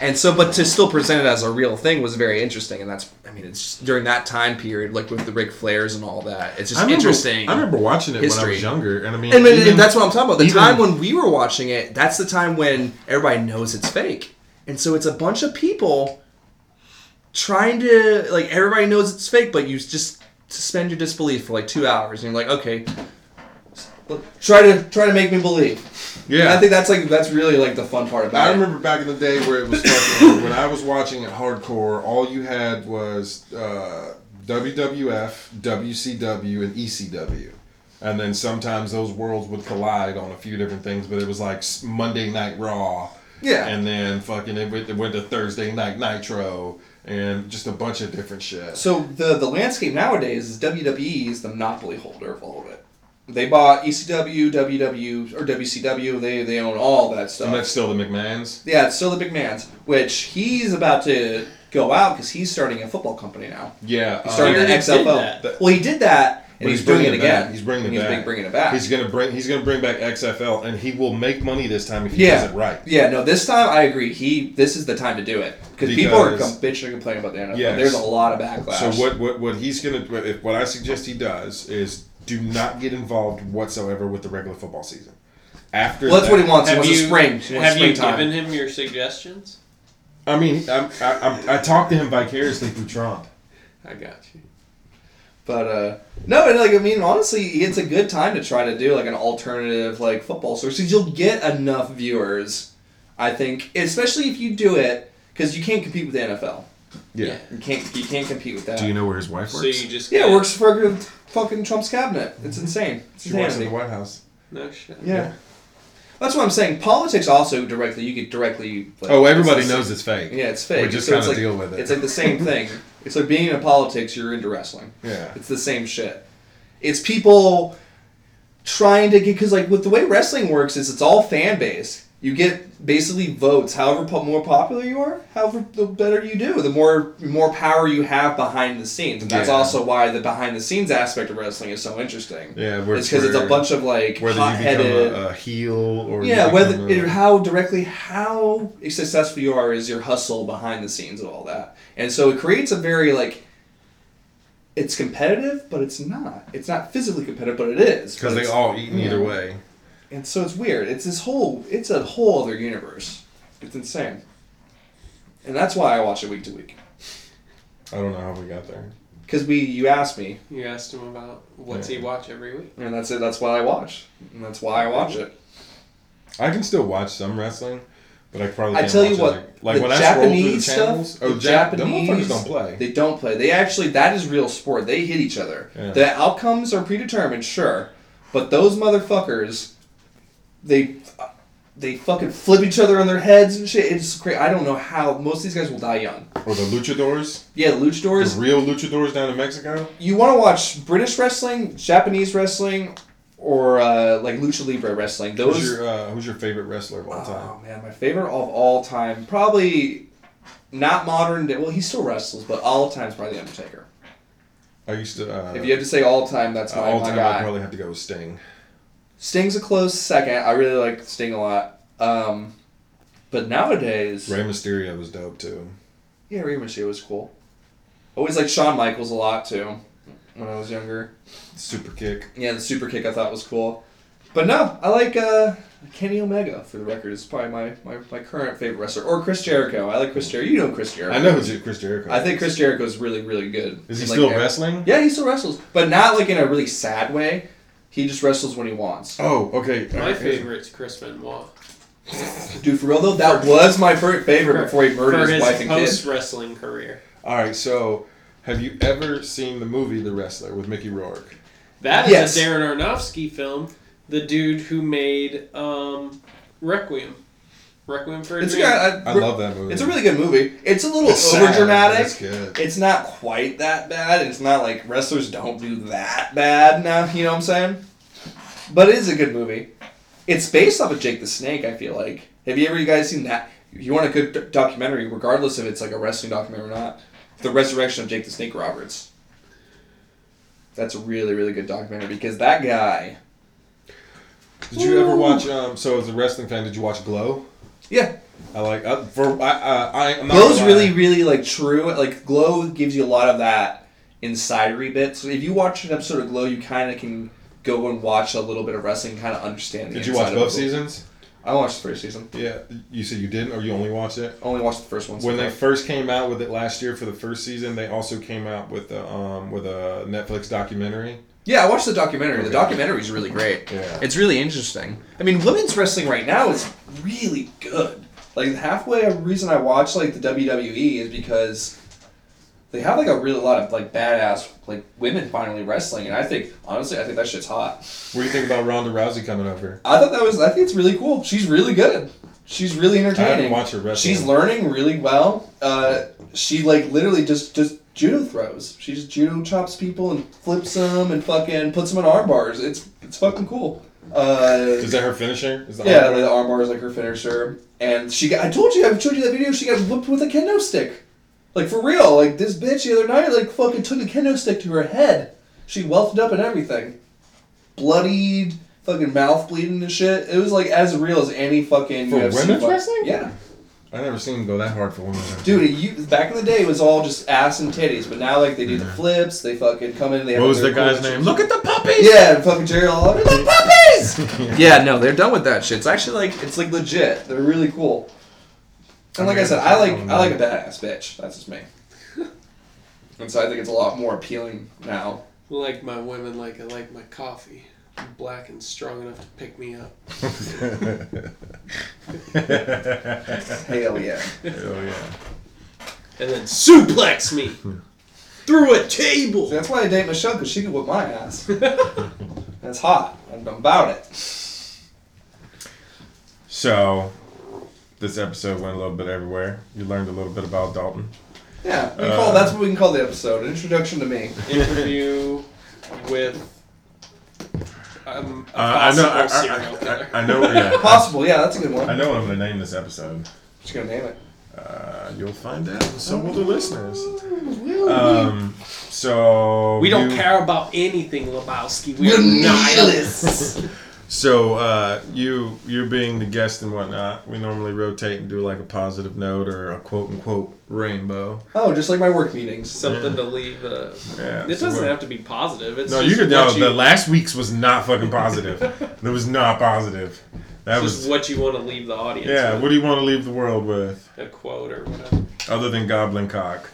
S4: And so, but to still present it as a real thing was very interesting, and that's, I mean, it's just during that time period, like with the Ric Flairs and all that, it's just
S3: I remember,
S4: interesting.
S3: I remember watching it when I
S4: history.
S3: was younger, and I mean,
S4: And, but
S3: even-
S4: that's what I'm talking about. The
S3: even-
S4: time when we were watching it, that's the time when everybody knows it's fake. And so it's a bunch of people trying to like everybody knows it's fake, but you just suspend your disbelief for like two hours and you're like, okay,
S1: Try to try to make me believe. And I
S3: Yeah.
S1: think that's like that's really like the fun part about
S3: I
S1: it.
S3: remember back in the day where it was fucking, when I was watching it hardcore, all you had was uh, WWF, WCW, and ECW. And then sometimes those worlds would collide on a few different things, but it was like s- Monday Night Raw.
S1: Yeah.
S3: And then fucking it went, it went to Thursday Night Nitro and just a bunch of different shit.
S1: So the the landscape nowadays is WWE is the monopoly holder of all of it. They bought E ECW, WW, E, or WCW. They they own all that stuff.
S3: and that's still the McMahons.
S1: yeah, it's still the big man's, which he's about to go out because he's starting a football company now.
S3: Yeah.
S1: He's
S3: uh,
S1: starting the
S2: already did
S1: XFL.
S3: that.
S1: Well, he did that, and
S3: But
S1: he's, doing it
S3: bringing back.
S1: again.
S3: He's bringing it
S1: he's
S3: back.
S1: big- bringing it back.
S3: He's gonna bring. He's gonna bring back XFL, and he will make money this time if he
S1: yeah,
S3: does it right.
S1: Yeah, no, this time I agree. He this is the time to do it because people are
S3: Because-
S1: com- bitching and complaining about the NFL.
S3: Yes.
S1: There's a lot of backlash.
S3: So what, what what he's gonna what- if what I suggest he does is do not get involved whatsoever with the regular football season. After
S1: Well, that's what he wants. He
S2: Have
S1: wants a
S2: you-
S1: spring. He wants
S2: Have you
S1: springtime.
S2: given him your suggestions?
S3: I mean, I'm, I, I'm, I talked to him vicariously through Trump.
S2: I got you.
S1: But uh, no, and like I mean, honestly, it's a good time to try to do like an alternative like football source because you'll get enough viewers. I think, especially if you do it, because you can't compete with the NFL.
S3: Yeah.
S1: You can't. You can't compete with that.
S3: Do you know where his wife
S2: So
S3: works?
S2: you just
S1: yeah, it works for fucking Trump's cabinet. It's insane. It's
S3: she works in the
S1: insanity.
S3: White House.
S2: No shit.
S1: Yeah. That's what I'm saying. Politics also directly. You get directly. Like,
S3: Oh, everybody
S1: it's the
S3: knows it's fake.
S1: same- Yeah, it's fake.
S3: We just
S1: So it's
S3: kinda
S1: like-
S3: deal with it.
S1: It's like the same thing. it's like being in politics. You're into wrestling.
S3: Yeah.
S1: It's the same shit. It's people trying to get because like with the way wrestling works is it's all fan based. You get basically votes. However po- more popular you are, however the better you do, the more more power you have behind the scenes. And that's
S3: Yeah.
S1: also why the behind the scenes aspect of wrestling is so interesting.
S3: Yeah, where
S1: it's because it's a
S3: where-
S1: bunch of like
S3: Whether
S1: hot
S3: you become
S1: headed.
S3: a, a heel or you
S1: Yeah, whether
S3: become
S1: it,
S3: a-
S1: how directly how successful you are is your hustle behind the scenes of all that, and so it creates a very like. It's competitive, but it's not. It's not physically competitive, but it is.
S3: because
S1: But
S3: they
S1: it's-
S3: all eaten either way.
S1: And so it's weird. It's this whole. It's a whole other universe. It's insane. And that's why I watch it week to week.
S3: I don't know how we got there.
S1: Because we, you asked me,
S2: You asked him about what's
S3: Yeah.
S2: he watch every week.
S1: and that's it. That's what I watch, and that's why I watch it.
S3: I can still watch some wrestling, but I probably
S1: I
S3: can't
S1: tell you
S3: watch
S1: what,
S3: it. like, like
S1: the
S3: when
S1: Japanese
S3: I
S1: stuff,
S3: scroll through the channels.
S1: the
S3: oh, Jap- them
S1: Japanese-
S3: motherfuckers don't play.
S1: They don't play. They actually that is real sport. They hit each other.
S3: Yeah.
S1: The outcomes are predetermined, sure, but those motherfuckers, they they fucking flip each other on their heads and shit. It's crazy. I don't know how most of these guys will die young.
S3: or the luchadors,
S1: Yeah, the luchadors.
S3: the real luchadors down in Mexico.
S1: you want to watch British wrestling, Japanese wrestling, or uh, like lucha libre wrestling. Those
S3: Who's your uh, Who's your favorite wrestler of all
S1: Oh
S3: time?
S1: man, my favorite of all time, probably not modern day. Well, he still wrestles, but all time's probably the Undertaker.
S3: I used to. Uh,
S1: If you had to say all time, that's
S3: uh,
S1: my,
S3: all
S1: my
S3: time,
S1: guy.
S3: I'd probably have to go with Sting.
S1: Sting's a close second. I really like Sting a lot. Um, but nowadays,
S3: Rey Mysterio was dope too.
S1: yeah, Rey Mysterio was cool. Always like Shawn Michaels a lot too when I was younger.
S3: Super kick.
S1: Yeah, the super kick I thought was cool. But no, I like uh, Kenny Omega for the record. It's probably my, my, my current favorite wrestler. Or Chris Jericho. I like Chris Jericho. You know Chris Jericho.
S3: I know who Jer- Chris Jericho.
S1: I think
S3: is.
S1: Chris Jericho is really, really good.
S3: Is he
S1: Like,
S3: still
S1: uh,
S3: wrestling?
S1: Yeah, he still wrestles, but not like in a really sad way. He just wrestles when he wants.
S3: Oh, okay.
S2: My
S3: Alright, here's-
S2: favorite's Chris Benoit.
S1: Dude, for real though, that was my fir- favorite before he murdered
S2: For
S1: his,
S2: his
S1: wife and
S2: post
S1: kids.
S2: wrestling career.
S3: All right, so. Have you ever seen the movie The Wrestler with Mickey Rourke?
S2: That is
S1: Yes.
S2: a Darren Aronofsky film. The dude who made um, Requiem. Requiem for a
S1: It's a,
S2: Dream.
S1: guy-
S3: I
S1: re-
S3: love that movie.
S1: It's a really good movie. It's a little
S3: It's sad,
S1: over
S3: but
S1: dramatic.
S3: It's good.
S1: It's not quite that bad. It's not like wrestlers don't do that bad now. You know what I'm saying? But it is a good movie. It's based off of Jake the Snake. I feel like. Have you ever you guys seen that? If you want a good d- documentary, regardless if it's like a wrestling documentary or not, the resurrection of Jake the Snake Roberts. That's a really really good documentary because that guy.
S3: Did you ever
S1: Ooh.
S3: watch? Um, so, as a wrestling fan, did you watch Glow?
S1: Yeah,
S3: I like uh, for I uh, I I'm not
S1: Glow's
S3: gonna lie.
S1: really really like true. Like Glow gives you a lot of that insidery bit. So if you watch an episode of Glow, you kind of can go and watch a little bit of wrestling, kind of understand. The
S3: Did you
S1: inside
S3: watch
S1: of
S3: both
S1: Glow.
S3: seasons?
S1: I watched the first season.
S3: Yeah, you said you didn't, or you only watched it
S1: Only watched the first one. so
S3: when they
S1: far.
S3: first came out with it last year for the first season. They also came out with a um with a Netflix documentary
S4: Yeah, I watched the documentary. The
S3: Okay.
S4: documentary is really great.
S3: Yeah.
S4: It's really interesting.
S1: I mean, women's wrestling right now is really good. Like halfway a reason I watch like the WWE is because they have like a really lot of like badass like women finally wrestling, and I think honestly I think that shit's hot.
S3: What do you think about Ronda Rousey coming over?
S1: I thought that was I think it's really cool. She's really good. She's really entertaining.
S3: watched her wrestle.
S1: She's learning really well. Uh, she like literally just just judo throws. She just judo chops people and flips them and fucking puts them in arm bars. It's it's fucking cool. Uh,
S3: Is that her finisher? Is that
S1: yeah, like the armbar is like her finisher, and she got. I told you, I showed you that video. She got whipped with a kendo stick, like for real. Like this bitch the other night, like fucking took a kendo stick to her head. She welted up and everything, bloodied, fucking mouth bleeding and shit. It was like as real as any fucking
S3: For
S1: UFC
S3: women's
S1: fight.
S3: wrestling?
S1: Yeah,
S3: I never seen him go that hard for women.
S1: dude. You, back in the day, it was all just ass and titties, but now like they do the flips. They fucking come in. They have
S3: Mm. What was
S1: their
S3: the guy's
S1: cool-
S3: name? Look at the puppies.
S1: Yeah, and fucking Jerry Lawler. The puppies.
S4: Yeah, no, they're done with that shit. It's actually
S1: actually like it's like legit. They're really cool. And like I
S3: Okay,
S1: said, I like
S3: um,
S1: I like a badass bitch. That's just me. and so I think it's a lot more appealing now.
S2: Like my women, like I like my coffee. Black and strong enough to pick me up.
S1: Hell yeah.
S3: Oh yeah.
S2: And then suplex me through a table.
S1: That's why I date Michelle because she can whip my ass. That's hot. I'm about it.
S3: So, this episode went a little bit everywhere. You learned a little bit about Dalton.
S1: Yeah, we call that's what we can call the episode. An introduction to me.
S2: interview with um, a
S3: Uh, I know.
S2: possible
S3: I,
S2: serial
S3: I,
S2: killer.
S3: I, I know. Yeah.
S1: Possible, yeah, that's a good one.
S3: I know what I'm gonna name this episode.
S1: Just gonna name it.
S3: Uh, you'll find out with some other listeners.
S1: Uh,
S3: Um, so
S2: we don't
S3: you-
S2: care about anything, Lebowski. We're nihilists.
S3: So uh, you you being the guest and whatnot, we normally rotate and do like a positive note or a quote unquote rainbow.
S1: Oh, just like my work meetings.
S2: Something to leave. Uh,
S3: Yeah,
S2: it
S3: so
S2: doesn't
S3: we're-
S2: have to be positive. It's
S3: No,
S2: just
S3: you could. No,
S2: what
S3: the last week's was not fucking positive. that was not positive. That
S2: just
S3: was.
S2: what you want to leave the audience.
S3: Yeah.
S2: with.
S3: What do you want to leave the world with,
S2: a quote or whatever.
S3: other than goblin cock?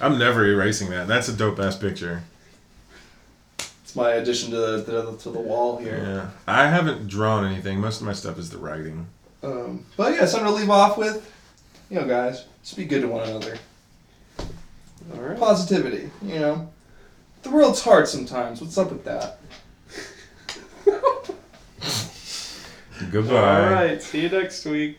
S3: I'm never erasing that. That's a dope ass picture.
S1: It's my addition to the to the wall here.
S3: Yeah. I haven't drawn anything. Most of my stuff is the writing.
S1: Um, but yeah, something to leave off with. You know, guys, just be good to one another.
S2: All right.
S1: positivity. You know, the world's hard sometimes. What's up with that?
S3: Goodbye.
S2: All right. See you next week.